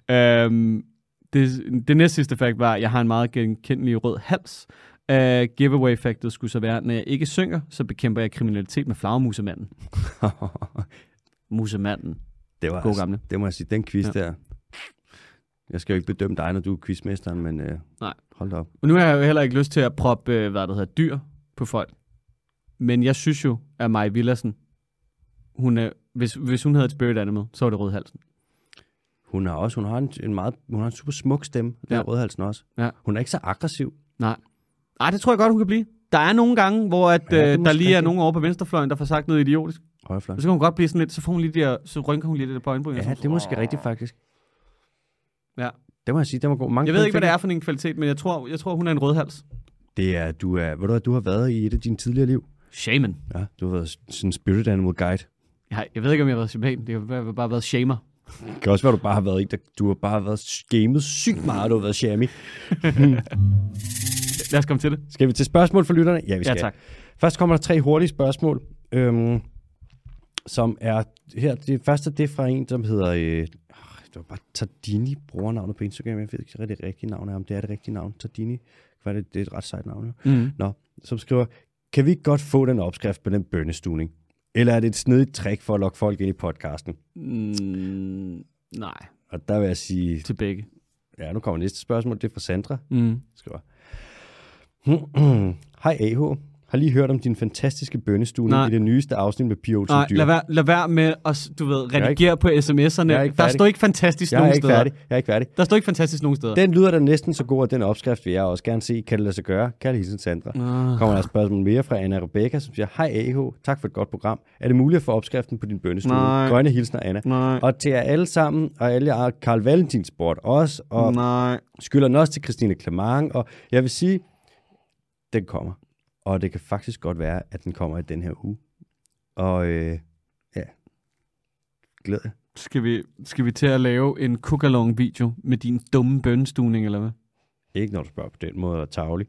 Ja. Øhm, det, det næste sidste fakt var, at jeg har en meget genkendelig rød hals. Uh, giveaway factet skulle så være, at når jeg ikke synger, så bekæmper jeg kriminalitet med flagermusemanden. Musemanden. det var altså- God gamle. Det må jeg sige. Den quiz Ja. ja. der. Jeg skal jo ikke bedømme dig, når du er quizmesteren, men øh, Nej. hold da op. Og nu har jeg jo heller ikke lyst til at proppe, øh, hvad det hedder, dyr på folk. Men jeg synes jo, at Maja Villersen, hun er, hvis, hvis hun havde et spirit animal, så var det rødhalsen. Hun har også hun har en, en meget hun har en super smuk stemme, den Ja. ja. rødhalsen også. Ja. Hun er ikke så aggressiv. Nej. Nej, det tror jeg godt, hun kan blive. Der er nogle gange, hvor at, Ja, det er ja, øh, der måske lige er rigtigt. nogen over på venstrefløjen, der får sagt noget idiotisk. Højrefløj. Og så kan hun godt blive sådan lidt, så får hun lige de der, så rynker hun lige det der på øjenbrynet. Ja, det er måske rigtigt faktisk. Ja. Det må jeg sige, det var god. Mange Jeg ved ikke, hvad point det er for en kvalitet, men jeg tror, jeg tror hun er en rødhals. fik jeg. Det er, du er, ved du hvad, du har været i et af dine tidligere liv. Shaman. Ja, du har været sådan en spirit animal guide. Jeg, jeg ved ikke, om jeg har været shaman. Det har bare- bare været shamer. Det kan også være, du bare har været i, der- du har bare været gamet sygt meget, du har været shammy. Lad os komme til det. Skal vi til spørgsmål for lytterne? Ja, vi Ja, skal. tak. Først kommer der tre hurtige spørgsmål, øhm, som er her. Det første det er fra en, som hedder... Øh, ah, det var bare Tardini, brugernavnet på Instagram. Jeg ved ikke rigtig det rigtige navn er, om det er det rigtige navn. Tardini, Hvad er det, det er et ret sejt navn. Mm. Mm. Nå, som skriver, kan vi ikke godt få den opskrift på den bønnestuning? Eller er det et snedigt trick for at lokke folk ind i podcasten? Mm, nej, Og der vil jeg sige, til begge. ja, nu kommer næste spørgsmål, det er fra Sandra. Mm. skriver. Hej AH, har lige hørt om din fantastiske bønnestuning Nej. i det nyeste afsnit med Pia Olsen Nej, Dyr. lad være, lad være med at s- du ved, er redigere ikke- ikke, på sms'erne. Jeg er ikke Der færdig. står ikke fantastisk jeg er nogen ikke steder. færdig. Jeg er ikke færdig. Der står ikke fantastisk nogen steder. Den lyder da næsten så god, at den opskrift vil jeg også gerne se. Kan det lade sig gøre? Kærlig hilsen, Sandra. Ah. Kommer der et spørgsmål mere fra Anna Rebecca, som siger, Hej AH, tak for et godt program. Er det muligt at få opskriften på din bønnestuning? Nej. Grønne hilsner, Anna. Nej, Og til jer alle sammen, og alle jer, Karl Valentin spurgte også, og nej. skylder den også til Christine Clement, og jeg vil sige, den kommer. Og det kan faktisk godt være, at den kommer i den her uge. Og øh, ja, glæder jeg. Skal vi, skal vi til at lave en cookalong video med din dumme bønnestuning, eller hvad? Ikke når du spørger på den måde, eller tavlig.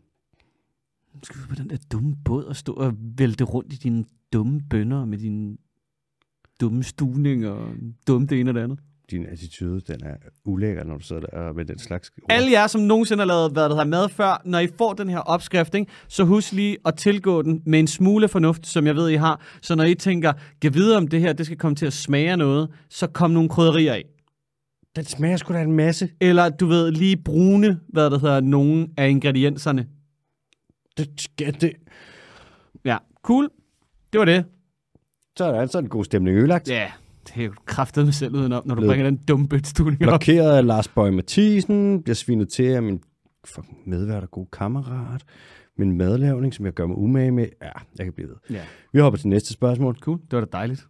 Skal vi på den der dumme båd og stå og vælte rundt i dine dumme bønder med dine dumme stuning og dumme det ene og det andet? Din attitude, den er ulækker, når du sidder der øh, med den slags ord. Alle jer, som nogensinde har lavet hvad det her mad før, når I får den her opskrift, ikke, så husk lige at tilgå den med en smule fornuft, som jeg ved, I har. Så når I tænker, kan vide om det her, det skal komme til at smage af noget, så kom nogle krydderier i. Den smager sgu da en masse. Eller du ved, lige brune, hvad det hedder, nogle af ingredienserne. Det, skal det. Ja, cool. Det var det. Så er der altså en god stemning ødelagt. Ja, det er jo kraftet med selv udenom, når du Blød. bringer den dumme bøtstuning op. Blokeret af Lars Bøge Mathisen, bliver svinet til af min fucking medvært og god kammerat. Min madlavning, som jeg gør mig umage med. Ja, jeg kan blive ved. Ja. Vi hopper til næste spørgsmål. Cool, det var da dejligt.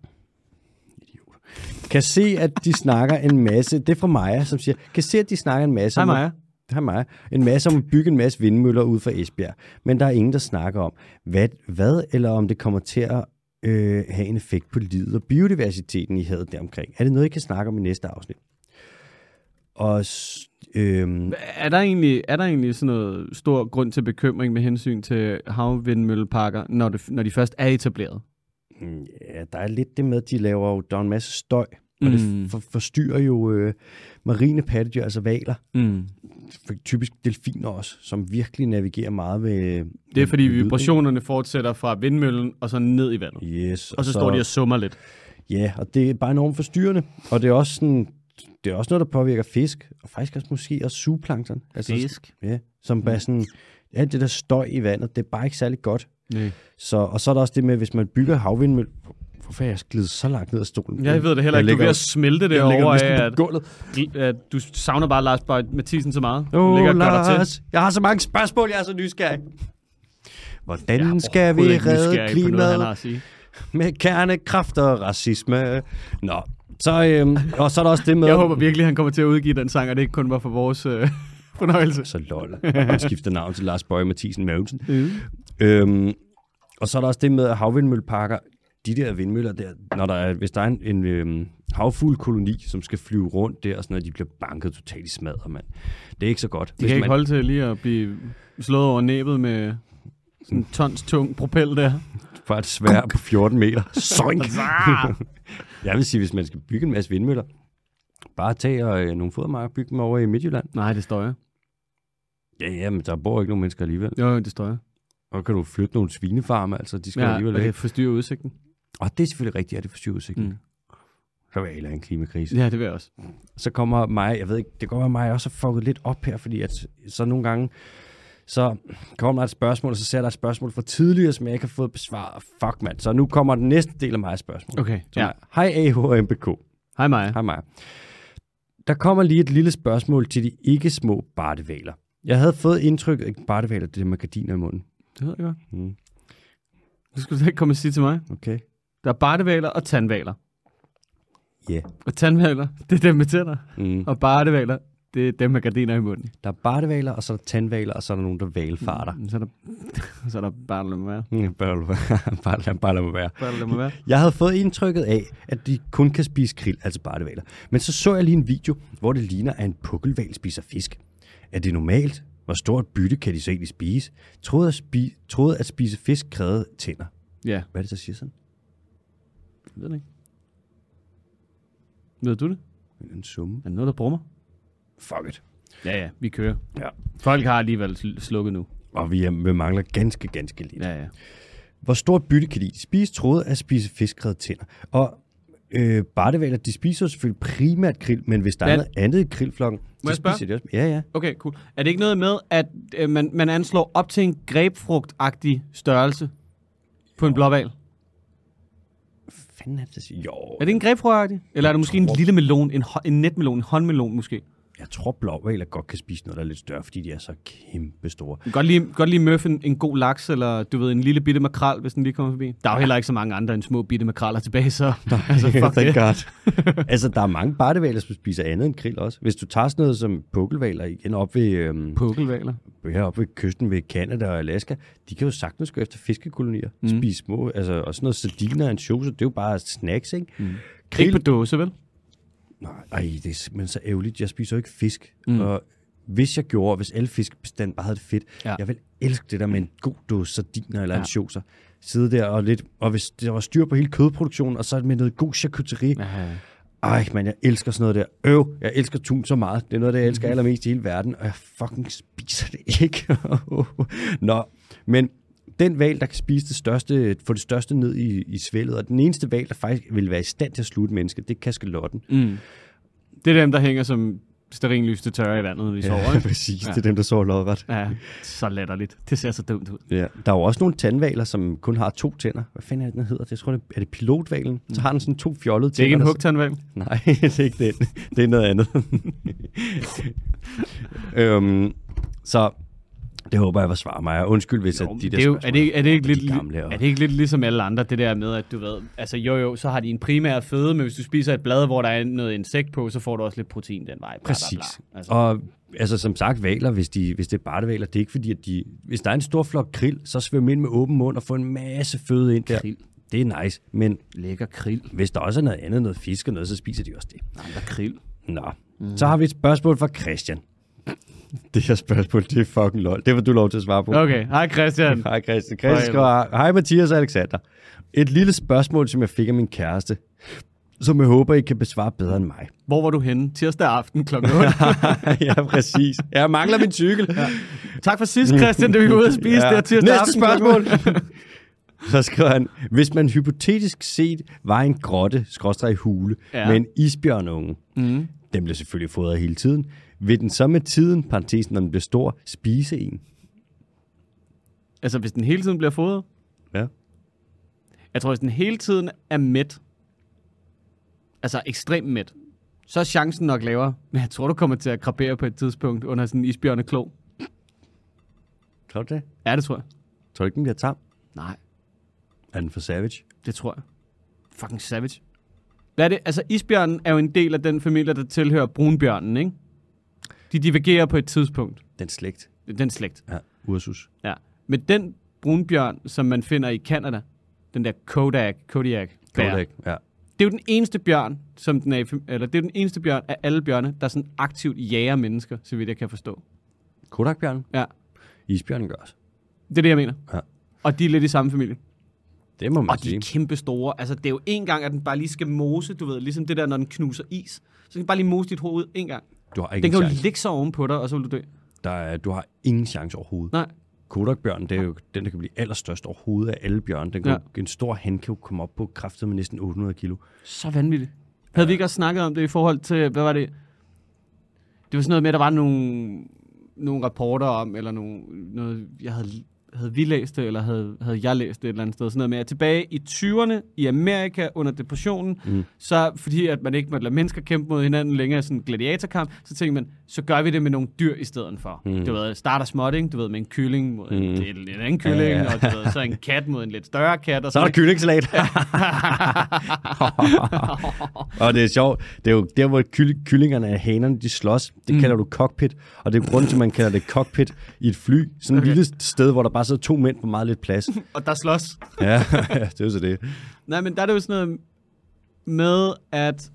Kan se, at de snakker en masse. Det er fra Maja, som siger, kan se, at de snakker en masse. Hej om- Maja. Hej Maja. En masse om at bygge en masse vindmøller ud for Esbjerg. Men der er ingen, der snakker om, hvad, hvad eller om det kommer til at øh, have en effekt på livet og biodiversiteten, I havde deromkring. Er det noget, I kan snakke om i næste afsnit? Og s- øhm, Er der, egentlig, er der egentlig sådan noget stor grund til bekymring med hensyn til havvindmølleparker, når, det, når de først er etableret? Mm, Ja, der er lidt det med, at de laver jo, der er en masse støj, og det Mm. for, forstyrrer jo øh, marine pattedyr, altså valer, Mm. for typisk delfiner også, som virkelig navigerer meget ved... Det er fordi ved lyden. vibrationerne fortsætter fra vindmøllen og så ned i vandet. Yes, Og så, står de og summer lidt. Ja, og det er bare enormt forstyrrende, og det er også sådan... Det er også noget, der påvirker fisk, og faktisk også måske også sugeplankton. Altså, Ja, som bare sådan... Alt det der støj i vandet, det er bare ikke særlig godt. Nej. Så, og så er der også det med, hvis man bygger havvindmøl... Hvorfor er jeg glidet så langt ned af stolen? Jeg ved det heller ikke. Du er ved at smelte det jeg ligger over, næsten på at, gulvet. at øh, du savner bare Lars Bøj Mathisen så meget. Du Åh, ligger og oh, gør dig til. Lars, jeg har så mange spørgsmål, jeg er så nysgerrig. Jeg Hvordan er skal vi overhovedet ikke redde nysgerrig på noget, han har klimaet at sige. med kernekraft og racisme? Nå, så, øhm, og så er der også det med... Jeg håber virkelig, han kommer til at udgive den sang, og det ikke kun var for vores øh, fornøjelse. Så lol. Han skifter navn til Lars Bøge Mathisen Mavensen. Mm. Øhm, Og så er der også det med, at havvindmølleparker, de der vindmøller der, når der er, hvis der er en, en øhm, havfuglkoloni, som skal flyve rundt der, og sådan noget, de bliver banket totalt i smadret, mand. Det er ikke så godt. De Hvis kan man- ikke holde til lige at blive slået over næbet med sådan en tons tung propel der. fra et svær på 14 meter. Soink! jeg vil sige, hvis man skal bygge en masse vindmøller, bare tag og øh, nogle fodermarker og bygge dem over i Midtjylland. Nej, det står jeg. Ja, ja, men der bor ikke nogen mennesker alligevel. Jo, jo, det står jeg. Og så kan du flytte nogle svinefarme, altså de skal ja, Ja, alligevel og væk. det forstyrrer udsigten. Og det er selvfølgelig rigtigt, at det forstyrrer udsigten. Mm. Mm. Så vil jeg hellere have en klimakrise. Ja, det vil jeg også. så kommer mig, jeg ved ikke, det kommer mig også har fucket lidt op her, fordi at, så nogle gange, så kommer der et spørgsmål, og så ser der et spørgsmål fra tidligere, som jeg ikke har fået besvaret. Fuck, mand. Så nu kommer den næste del af mig spørgsmål. Okay, Ja. ja. Hej AHMBK. Hej Maja. Hej Maja. Der kommer lige et lille spørgsmål til de ikke små bartevaler. Jeg havde fået indtryk af bartevaler, det der med gardiner i munden. Det ved jeg godt. Mm. Du skulle da ikke komme og sige til mig. Okay. Der er bartevaler og tandvaler. Ja. Yeah. Og tandvaler, det er dem med tænder. Mm. Og bartevaler, det er dem med gardiner i munden. Der er bartevaler, og så er der tandvaler, og så er der nogen, der valfarter. Så er der, så er der bare lad mig være. Mm. Bare, bare, lad- bare lad mig være. Bare lad mig være. Jeg havde fået indtrykket af, at de kun kan spise krill, altså bartevaler. Men så så jeg lige en video, hvor det ligner, at en pukkelval spiser fisk. Er det normalt? Hvor stort bytte kan de så egentlig spise? Troede at, spi- troede at spise fisk krævede tænder. Ja, Hvad er det, der siger sådan? jeg ved det ikke. Ved du det? En summe. Er der noget, der brummer? Fuck it. Ja, ja, vi kører. Ja. Folk har alligevel sl- slukket nu. Og vi, er, vi mangler ganske, ganske lidt. Ja, ja. Hvor stort bytte kan de spise? Troede at spise fisk krævede tænder. Og øh, bartevaler, de spiser jo selvfølgelig primært krill, men hvis der Ja. er noget andet i krillflokken, så jeg spørge? spiser de også. Ja, ja. Okay, cool. Er det ikke noget med, at øh, man, man anslår op til en grebfrugtagtig størrelse på en blåval? Hvad fanden er det, der siger? Jo, Er det en grebfrugtagtig? Eller er det måske en lille melon, en, hå- en netmelon, en håndmelon måske? Jeg tror, blåvaler godt kan spise noget, der er lidt større, fordi de er så kæmpe store. Godt lige, godt lige møffe en, en god laks, eller du ved, en lille bitte makrel, hvis den lige kommer forbi. Der er jo heller ikke så mange andre end små bitte makreller tilbage, så altså, fuck det. God. altså, der er mange bartevaler, som spiser andet end krill også. Hvis du tager sådan noget som pukkelvaler igen op ved, øhm, Pukkelvaler. heroppe ved kysten ved Kanada og Alaska, de kan jo sagtens gå efter fiskekolonier, mm. spise små, altså, og sådan noget sardiner og ansjoser, det er jo bare snacks, ikke? Mm. Ikke på dåse, vel? Nej, ej, det er simpelthen så ærgerligt. Jeg spiser jo ikke fisk. Mm. Og hvis jeg gjorde, hvis alle fiskebestand bare havde det fedt, Ja. ja. jeg vil elske det der med en god dåse sardiner eller ja. en sjoser. Sidde der og lidt, og hvis der var styr på hele kødproduktionen, og så med noget god charcuterie. Ja. Ja, Ej, man, jeg elsker sådan noget der. Øv, jeg elsker tun så meget. Det er noget, af det jeg elsker allermest i hele verden, og jeg fucking spiser det ikke. Nå, men den val, der kan spise det største, få det største ned i, i svældet, og den eneste val, der faktisk vil være i stand til at slutte et menneske, det er kaskelotten. Mm. Det er dem, der hænger som sterinlys til tørre i vandet, når de sover. Ja, Ikke? præcis. Ja. Det er dem, der sover lodret. Ja, så latterligt. Det ser så dumt ud. Ja. Der er jo også nogle tandvaler, som kun har to tænder. Hvad fanden er det, den hedder? Det Jeg tror, det er, er det pilotvalen? Så har den sådan to fjollede Det er ikke tænder. en der- hugtandvalg. Nej, det er ikke den. Det er noget andet. øhm, så det håber jeg var svar, Maja. Undskyld, hvis jo, at de der det er, jo, er, spørgsmål- det ikke, er, det ikke de lidt, li- gamle og- er det ikke lidt ligesom alle andre, det der med, at du ved, altså jo jo, så har de en primær føde, men hvis du spiser et blad, hvor der er noget insekt på, så får du også lidt protein den vej. Bla, Bla, Præcis. bla. Altså, Og altså, som sagt, valer, hvis, de, hvis det er bartevaler, det er ikke fordi, at de... Hvis der er en stor flok krill, så svøm ind med åben mund og få en masse føde ind der. Krill. Det er nice, men lækker krill. hvis der også er noget andet, noget fisk og noget, så spiser de også det. Nej, der er krill. Nå, mm. så har vi et spørgsmål fra Christian. Det her spørgsmål, det er fucking lol. Det var du lov til at svare på. Okay, hej Christian. Hej Christian. Hej. Christian skriver, hej Mathias og Alexander. Et lille spørgsmål, som jeg fik af min kæreste, som jeg håber, I kan besvare bedre end mig. Hvor var du henne? Tirsdag aften kl. 8. ja, præcis. Jeg mangler min cykel. Ja. tak for sidst, Christian, det vi var ude at spise ja. der tirsdag Næste aften. spørgsmål. Så skriver han, hvis man hypotetisk set var i en grotte, skråstrej hule, Ja. ja. med en isbjørnunge, mm. den bliver selvfølgelig fodret hele tiden, vil den så med tiden, parentesen, når den bliver stor, spise en? Altså, hvis den hele tiden bliver fodret. Ja. Jeg tror, hvis den hele tiden er mæt, altså ekstremt mæt, så er chancen nok lavere. Men jeg tror, du kommer til at krabere på et tidspunkt under sådan en isbjørneklo. Tror du det? Ja, det tror jeg. Tror du ikke, den bliver tam? Nej, Er den for savage? det tror jeg. Fucking savage. Hvad er det? Altså, isbjørnen er jo en del af den familie, der tilhører brunbjørnen, ikke? De divergerer på et tidspunkt. Den slægt. Den slægt. Ja, Ursus. Ja. Men den brunbjørn, som man finder i Kanada. Den der Kodak, Kodiak. bær. Kodak, ja. Det er jo den eneste bjørn, som den er i, fam- eller det er jo den eneste bjørn af alle bjørne, der sådan aktivt jager mennesker, så vidt jeg kan forstå. Kodakbjørn. Ja, Isbjørnen gør også. det er det, jeg mener. Ja. Og de er lidt i samme familie. Det må man Og de sige. er kæmpe store. Altså, det er jo en gang, at den bare lige skal mose, du ved, ligesom det der, når den knuser is. Så skal den bare lige mose dit hoved en gang. Du har ikke Den en kan jo chance. ligge sig oven på dig, og så vil du dø. Der er, du har ingen chance overhovedet. Nej. Kodakbjørnen, det er jo den, der kan blive allerstørst overhovedet af alle bjørne. Den kan, Ja. ja. En stor han kan jo komme op på kraftet med næsten 800 kilo. Så vanvittigt. Havde vi ikke også snakket om det i forhold til, hvad var det? Det var sådan noget med, at der var nogle, nogle rapporter om, eller nogle, noget, jeg havde, havde vi læst det, eller havde, havde jeg læst det et eller andet sted. Sådan noget med, at tilbage i 20'erne i Amerika under depressionen, mm. så fordi at man ikke måtte lade mennesker kæmpe mod hinanden længere i sådan en gladiatorkamp, så tænkte man, så gør vi det med nogle dyr i stedet for. Mm. Du ved, starter småt, ikke? Du ved, med en kylling mod en, en, en anden kylling, ja, Mm. ja. ja. og du ved, så en kat mod en lidt større kat. Og Så er sådan, der kyllingssalat. og det er sjovt. Det er jo der, hvor kyll- kyllingerne af hanerne, de slås. Det kalder du cockpit. Og det er grunden til, at man kalder det cockpit i et fly. Sådan et okay. lille sted, hvor der bare sidder to mænd på meget lidt plads. Og der slås. ja, det er jo så det. Nej, men der er det jo sådan noget med, at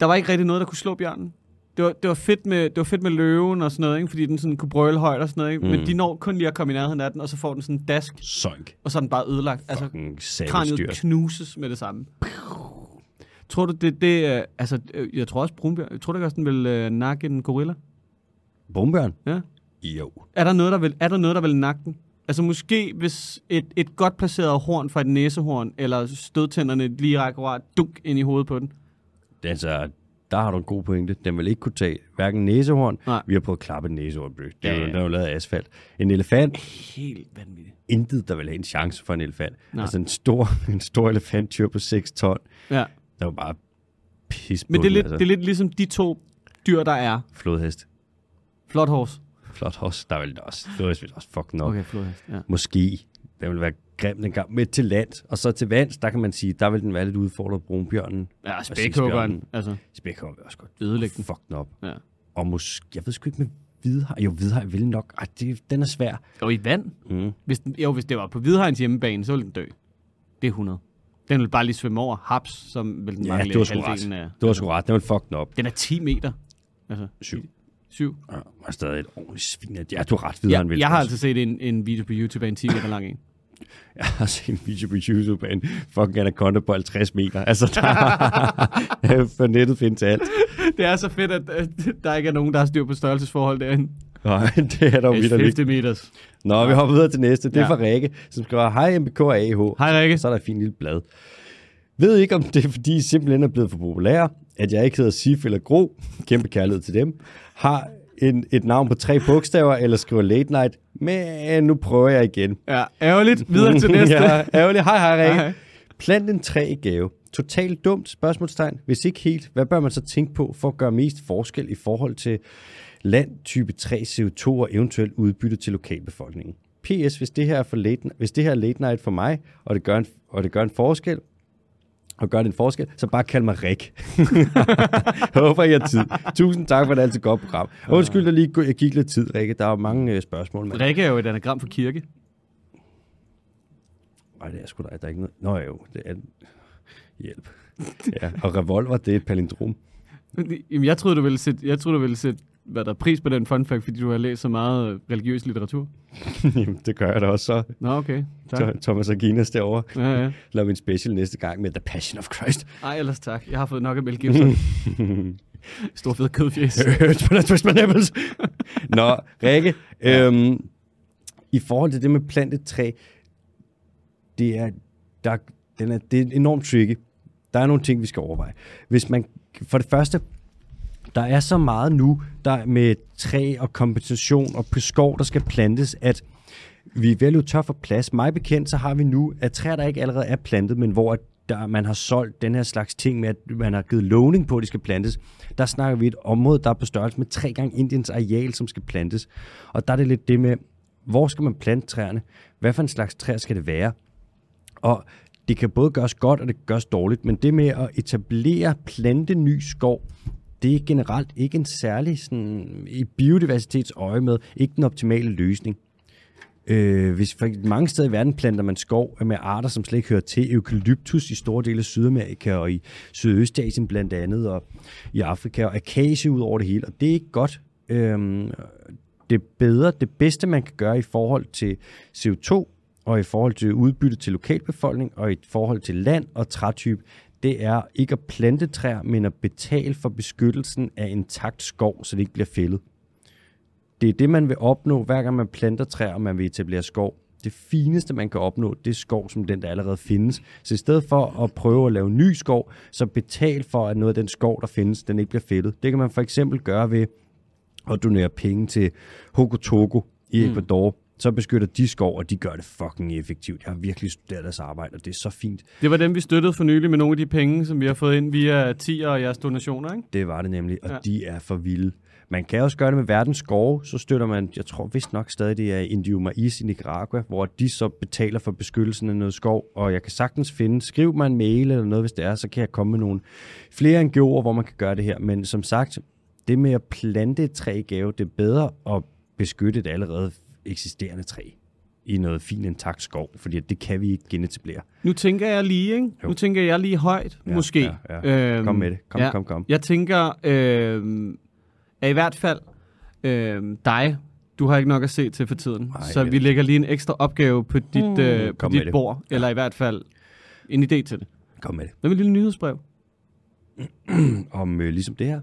der var ikke rigtig noget, der kunne slå bjørnen. Det var, det var, fedt, med, det var fedt med løven og sådan noget, ikke? fordi den sådan kunne brøle højt og sådan noget. Ikke? Mm. Men de når kun lige at komme i nærheden af den, og så får den sådan en dask, Sønk. og så er den bare ødelagt. Altså, Fucking sabelstyr. kraniet knuses med det samme. Tror du, det det... er- Altså, øh, jeg tror også, Brunbjørn... Tror du ikke også, den vil øh, nakke en gorilla? Bombjørn? Ja. Jo. Er der noget, der vil, er der noget, der vil nakke den? Altså måske, hvis et, et godt placeret horn fra et næsehorn, eller stødtænderne lige akkurat dunk ind i hovedet på den. Det er altså, der har du en god pointe. Den vil ikke kunne tage hverken næsehorn. Nej. Vi har prøvet at klappe en næsehorn. Bøh. Det er, Ja, ja, ja. Den er jo lavet af asfalt. En elefant. Helt vanvittigt. Intet, der vil have en chance for en elefant. Nej. Nej. Altså en stor, en stor elefanttyr på 6 ton. Ja, Der var bare pis på men det er, den, lidt, altså. det er lidt ligesom de to dyr, der er. Flodhest. Flot horse. Flot hos. Der vil også. Flodhest vil også fucking nok. Okay. Okay, flot hest. Ja. Måske. Den vil være grim den gang. Med til land. Og så til vands, der kan man sige, der vil den være lidt udfordret af brunbjørnen. Ja, Og spækhuggeren. sexbjørnen. Altså, Spækhuggeren vil også godt Ødelægge den. fuck den op. ja. Og måske, jeg ved sgu ikke med hvidhaj. Jo, hvidhaj vil nok. Ej, det, den er svær. Og i vand. Mm. Hvis den, jo, hvis det var på Hvidhegns hjemmebane, så ville den dø. Det er 100. Den vil bare lige svømme over haps, som vil den Ja, mangle det var sgu halvdelen ret. af. Det var sgu ret. Den ville fuck den op. Den er 10 meter. Altså, Syv. syv. Ja, og stadig et ordentligt svin. af- Ja, du har ret videre, Ja, han vil. jeg har også. altså set en, en video på YouTube af en 10 meter lang en. Jeg har set en video på YouTube af en fucking anaconda på 50 meter. Altså, der for nettet findes alt. Det er så fedt, at, at der ikke er nogen, der har styr på størrelsesforhold derinde. Nej, det er der jo Det er vidt ikke. 50 meters. Nå, vi hopper videre til næste. Det er Ja. fra Rikke, som skriver, hej MBK og AH. Hej Rikke. Så er der et fint lille blad. Ved ikke, om det er, fordi I simpelthen er blevet for populære, at jeg ikke hedder Sif eller Gro, kæmpe kærlighed til dem, har en, et navn på tre bogstaver, eller skriver late night, men nu prøver jeg igen. Ja, ærgerligt. Videre til næste. ja. ja, ærgerligt. Hej, hej, Rikke. Hej. Plant en træ i gave. Totalt dumt spørgsmålstegn. Hvis ikke helt, hvad bør man så tænke på for at gøre mest forskel i forhold til land, type 3, CO2 og eventuelt udbytte til lokalbefolkningen? PS, hvis det her er, for late, hvis det her er late night for mig, og det gør en, og det gør en forskel, og gør det en forskel, så bare kald mig Rik. Håber, I har tid. Tusind tak for et altid godt program. Og Undskyld, der lige gå- jeg gik lidt tid, Rikke. Der er jo mange øh, spørgsmål. Men... Rikke er jo et anagram for kirke. Nej, det er sgu da, der er ikke noget. Nå jo, det er... Hjælp. Ja, og revolver, det er et palindrom. Jamen, jeg troede, du ville sætte, jeg troede, du ville sætte hvad der er pris på den fun fact, fordi du har læst så meget øh, religiøs litteratur. Jamen, det gør jeg da også så. Nå, okay. Tak. To- Thomas Aginas derovre. Ja, ja. Lav min special næste gang med The Passion of Christ. Ej, ellers tak. Jeg har fået nok af Mel Gibson. Stor fed kødfjes. Hørte på Twist My Nipples. Nå, Rikke, øhm, i forhold til det med plantet træ, det er, der, den er, det er enormt tricky. Der er nogle ting, vi skal overveje. Hvis man, for det første, der er så meget nu, der med træ og kompensation og på skov, der skal plantes, at vi er vel tør for plads. Mig bekendt, så har vi nu, at træer, der ikke allerede er plantet, men hvor at der, man har solgt den her slags ting med, at man har givet lovning på, at de skal plantes. Der snakker vi et område, der er på størrelse med tre gange Indiens areal, som skal plantes. Og der er det lidt det med, hvor skal man plante træerne? Hvad for en slags træer skal det være? Og det kan både gøres godt, og det kan gøres dårligt, men det med at etablere, plante ny skov, det er generelt ikke en særlig sådan, i biodiversitetsøje med, ikke den optimale løsning. Øh, hvis for mange steder i verden planter man skov med arter, som slet ikke hører til. Eukalyptus i store dele af Sydamerika og i Sydøstasien blandt andet, og i Afrika og Akasie ud over det hele. Og det er ikke godt. Øhm, det bedre, det bedste man kan gøre i forhold til CO2 og i forhold til udbytte til lokalbefolkning og i forhold til land og trætype, det er ikke at plante træer, men at betale for beskyttelsen af intakt skov, så det ikke bliver fældet. Det er det, man vil opnå, hver gang man planter træer, og man vil etablere skov. Det fineste, man kan opnå, det er skov, som den, der allerede findes. Så i stedet for at prøve at lave ny skov, så betal for, at noget af den skov, der findes, den ikke bliver fældet. Det kan man for eksempel gøre ved at donere penge til Hokotoco i Ecuador. Mm. Så beskytter de skov, og de gør det fucking effektivt. Jeg har virkelig studeret deres arbejde, og det er så fint. Det var dem, vi støttede for nylig med nogle af de penge, som vi har fået ind via 10'er og jeres donationer, ikke? Det var det nemlig, og Ja. ja. de er for vilde. Man kan også gøre det med verdens skove, så støtter man, jeg tror vist nok stadig, det er Indio Maiz i Nicaragua, hvor de så betaler for beskyttelsen af noget skov, og jeg kan sagtens finde, skriv mig en mail eller noget, hvis det er, så kan jeg komme med nogle flere NGO'er, hvor man kan gøre det her. Men som sagt, det med at plante et træ i gave, det er bedre at beskytte et allerede eksisterende træ i noget fint intakt skov, fordi det kan vi ikke genetablere. Nu tænker jeg lige, ikke? Jo. Nu tænker jeg lige højt, ja, måske. Øhm, ja, ja. Kom med det. Kom, kom, kom. Jeg tænker, øhm, at i hvert fald øhm, dig, du har ikke nok at se til for tiden. Ej, Ej, så vi lægger lige en ekstra opgave på dit, mm, øh, på Kom med dit det. bord, ja. eller i hvert fald en idé til det. Kom med det. Hvad med et lille nyhedsbrev? Om øh, ligesom det her.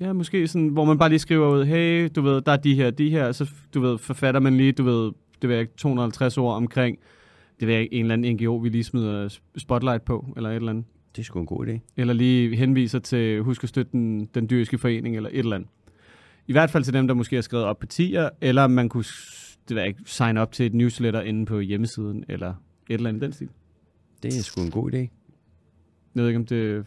Ja, måske sådan, hvor man bare lige skriver ud, hey, du ved, der er de her, de her, så du ved, forfatter man lige, du ved, det ved jeg ikke, 250 ord omkring, det ved jeg ikke, en eller anden NGO, vi lige smider spotlight på, eller et eller andet. Det er sgu en god idé. Eller lige henviser til, husk at støtte den, den dyriske forening, eller et eller andet. I hvert fald til dem, der måske har skrevet op partier, eller man kunne, s- det ved jeg ikke, sign op til et newsletter inde på hjemmesiden, eller et eller andet i den stil. Det er sgu en god idé. Jeg ved ikke, om det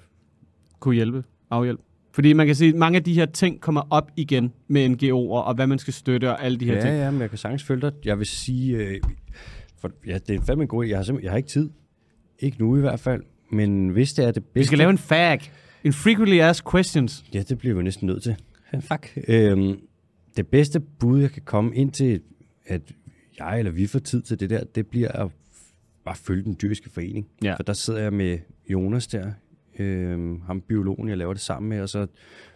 kunne hjælpe, afhjælpe. Fordi man kan sige, at mange af de her ting kommer op igen med NGO'er, og hvad man skal støtte, og alle de her Ja, ting. ja, men jeg kan sagtens følge dig. Jeg vil sige, øh, for, ja, det er fandme en god idé. Jeg har, simpelthen- jeg har ikke tid. Ikke nu i hvert fald. Men hvis det er det bedste... Vi skal lave en fag. En frequently asked questions. Ja, det bliver vi næsten nødt til. Fuck. Øhm, det bedste bud, jeg kan komme ind til, at jeg eller vi får tid til det der, det bliver at bare følge den dyriske forening. Ja. For der sidder jeg med Jonas der, øhm, ham biologen, jeg laver det sammen med, og så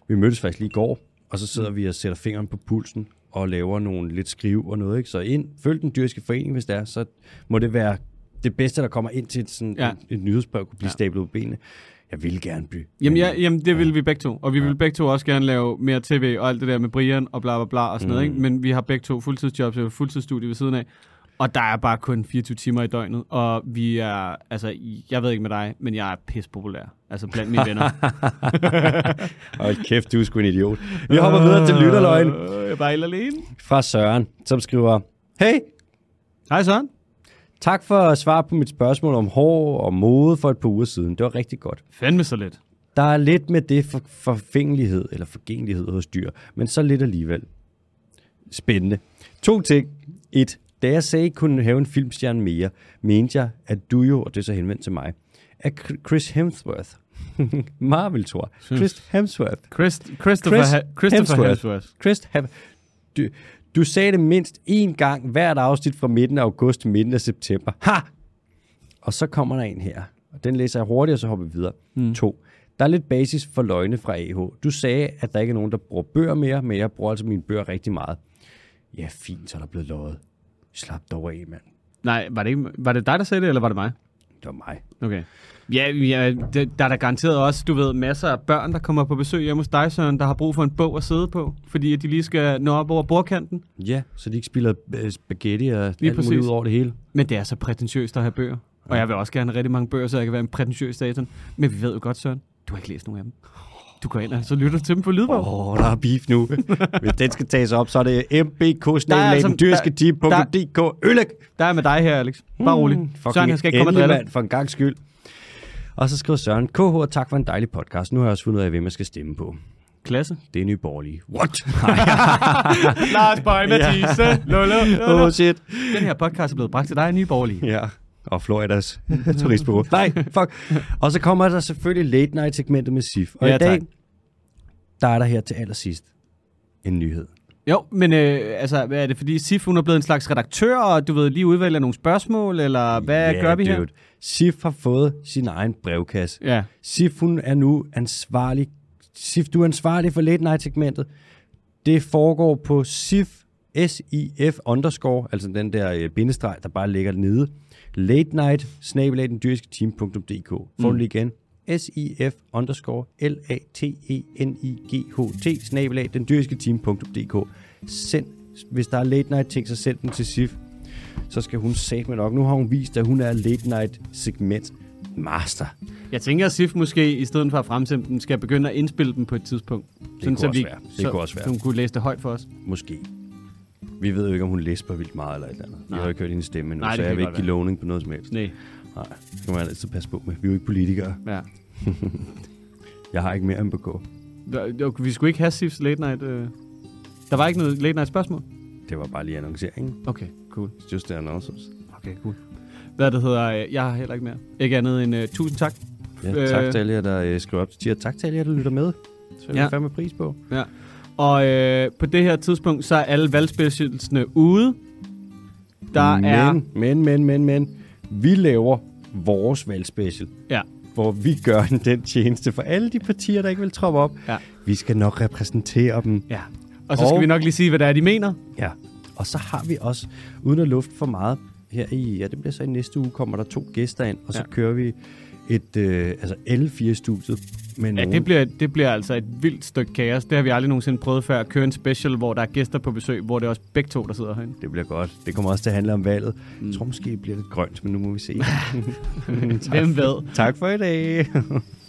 vi mødtes faktisk lige i går, og så Mm. sidder vi og sætter fingeren på pulsen og laver nogle lidt skriv og noget. Ikke? Så ind, følg den dyriske forening, hvis det er, så må det være det bedste, der kommer ind til sådan Ja. ja. et, et nyhedsbrev, kunne blive ja. stablet på benene. Jeg vil gerne blive. Jamen, ja, jamen det vil vi begge to. Og vi vil begge to også gerne lave mere tv og alt det der med Brian og bla bla bla og sådan mm. noget. Ikke? Men vi har begge to fuldtidsjobs og fuldtidsstudie ved siden af. Og der er bare kun 24 timer i døgnet. Og vi er, altså, jeg ved ikke med dig, men jeg er pissepopulær. Altså blandt mine venner. Hold kæft, du er sgu en idiot. Vi hopper videre til lytterløgn Øh, Jeg er bare helt alene. fra Søren, som skriver, Hey, Hej Søren. tak for at svare på mit spørgsmål om hår og mode for et par uger siden. Det var rigtig godt. Fandme så lidt. Der er lidt med det for, forfængelighed, eller forgængelighed hos dyr, men så lidt alligevel. Spændende. To ting. Et. Da jeg sagde, at jeg kunne have en filmstjerne mere, mente jeg, at du jo, og det er så henvendt til mig, at Chris Hemsworth, Marvel tror, Chris Hemsworth, Chris, Christopher, Chris Chris ha- Christopher Hemsworth. Hemsworth. Hemsworth. Chris, have, du, du sagde det mindst én gang hvert afsnit fra midten af august til midten af september. Ha! Og så kommer der en her. Og den læser jeg hurtigt, og så hopper vi videre. Mm. To. Der er lidt basis for løgne fra AH. Du sagde, at der ikke er nogen, der bruger bøger mere, men jeg bruger altså mine bøger rigtig meget. Ja, fint, så er der blevet løjet. Slap dog af, mand. Nej, var det, ikke, var det dig, der sagde det, eller var det mig? Det var mig. Okay. Ja, ja det, der er da garanteret også, du ved, masser af børn, der kommer på besøg hjemme hos dig, Søren, der har brug for en bog at sidde på, fordi at de lige skal nå op over bordkanten. Ja, så de ikke spiller øh, spaghetti og Lige alt muligt præcis. ud over det hele. Men det er så prætentiøst at have bøger. Og jeg vil også gerne have rigtig mange bøger, så jeg kan være en prætentiøs daton. Men vi ved jo godt, Søren, du har ikke læst nogen af dem. Du går ind og så lytter du til dem på lydbog. Åh, oh, der er beef nu. Hvis den skal tages op, så er det mbk altså- der- Ølæg! Der er med dig her, Alex. Bare rolig. Søren, jeg skal ikke komme og Mm, endelig, drille. mand, for en gang skyld. Og så skriver Søren, KH, og tak for en dejlig podcast. Nu har jeg også fundet ud af, hvem jeg skal stemme på. Klasse. Det er nye borgerlige. What? Lars Bøge, Mathise, Lolo. oh shit. Den her podcast er blevet bragt til dig af Nye Borgerlige. Ja, og Floridas turistbureau. Nej, fuck. Og så kommer der selvfølgelig late night segmentet med Sif. Og Ja, i dag, tak. der er der her til allersidst en nyhed. Jo, men øh, altså, hvad er det fordi Sif hun er blevet en slags redaktør, og du ved, lige udvælger nogle spørgsmål, eller hvad Ja, gør vi her? dude. Sif har fået sin egen brevkasse. Ja. Sif, hun er nu ansvarlig. Sif, du er ansvarlig for Late Night-segmentet. Det foregår på Sif, S-I-F underscore, altså den der øh, bindestreg, der bare ligger nede. Late Night, snabelag den dyriske team.dk. Får du lige igen. S-I-F underscore E L-A-T-E-N-I-G-H-T, snabelag den dyriske team.dk. Send, hvis der er late night ting, så send dem til Sif så skal hun satme nok. Nu har hun vist, at hun er late night segment master. Jeg tænker, at Sif måske, i stedet for at fremsende dem, skal begynde at indspille dem på et tidspunkt. Det kunne også være. Det så, kunne også være. Så hun kunne læse det højt for os. Måske. Vi ved jo ikke, om hun læser vildt meget eller et eller andet. Jeg har jo ikke hørt hendes stemme endnu, Nej, det så kan jeg vil godt ikke give være. lovning på noget som helst. Nej, Nej, det kan man altid passe på med. Vi er jo ikke politikere. ja. Jeg har ikke mere end begå. Hva- jo, Vi skulle ikke have Sifs late night... Øh... Der var ikke noget late night spørgsmål? Det var bare lige annonceringen. Okay, cool. It's just the announcers. Okay, cool. Hvad det hedder, øh, jeg har heller ikke mere. Ikke andet end uh, tusind tak. Ja, Øh. tak til alle jer, der øh, skriver op til tier. Tak til alle jer, der lytter med. Så jeg Ja. ja. fandme pris på. Ja. Og øh, på det her tidspunkt, så er alle valgspecialsene ude. Der men, er... Men, men, men, men. Vi laver vores valgspecial. Ja, hvor vi gør den tjeneste for alle de partier, der ikke vil troppe op. Ja. Vi skal nok repræsentere dem. ja. Og så skal Og- vi nok lige sige, hvad det er, de mener. Ja. Og så har vi også, uden at lufte for meget, her i, ja, det bliver så i næste uge, kommer der to gæster ind, og så Ja. ja. kører vi et, øh, altså L4-studiet med Ja, nogen. det bliver, det bliver altså et vildt stykke kaos. Det har vi aldrig nogensinde prøvet før. At køre en special, hvor der er gæster på besøg, hvor det er også begge to, der sidder herinde. øh, det bliver godt. Det kommer også til at handle om valget. Mm. Jeg tror måske, det bliver lidt grønt, men nu må vi se. tak, Hvem ved? tak for i dag.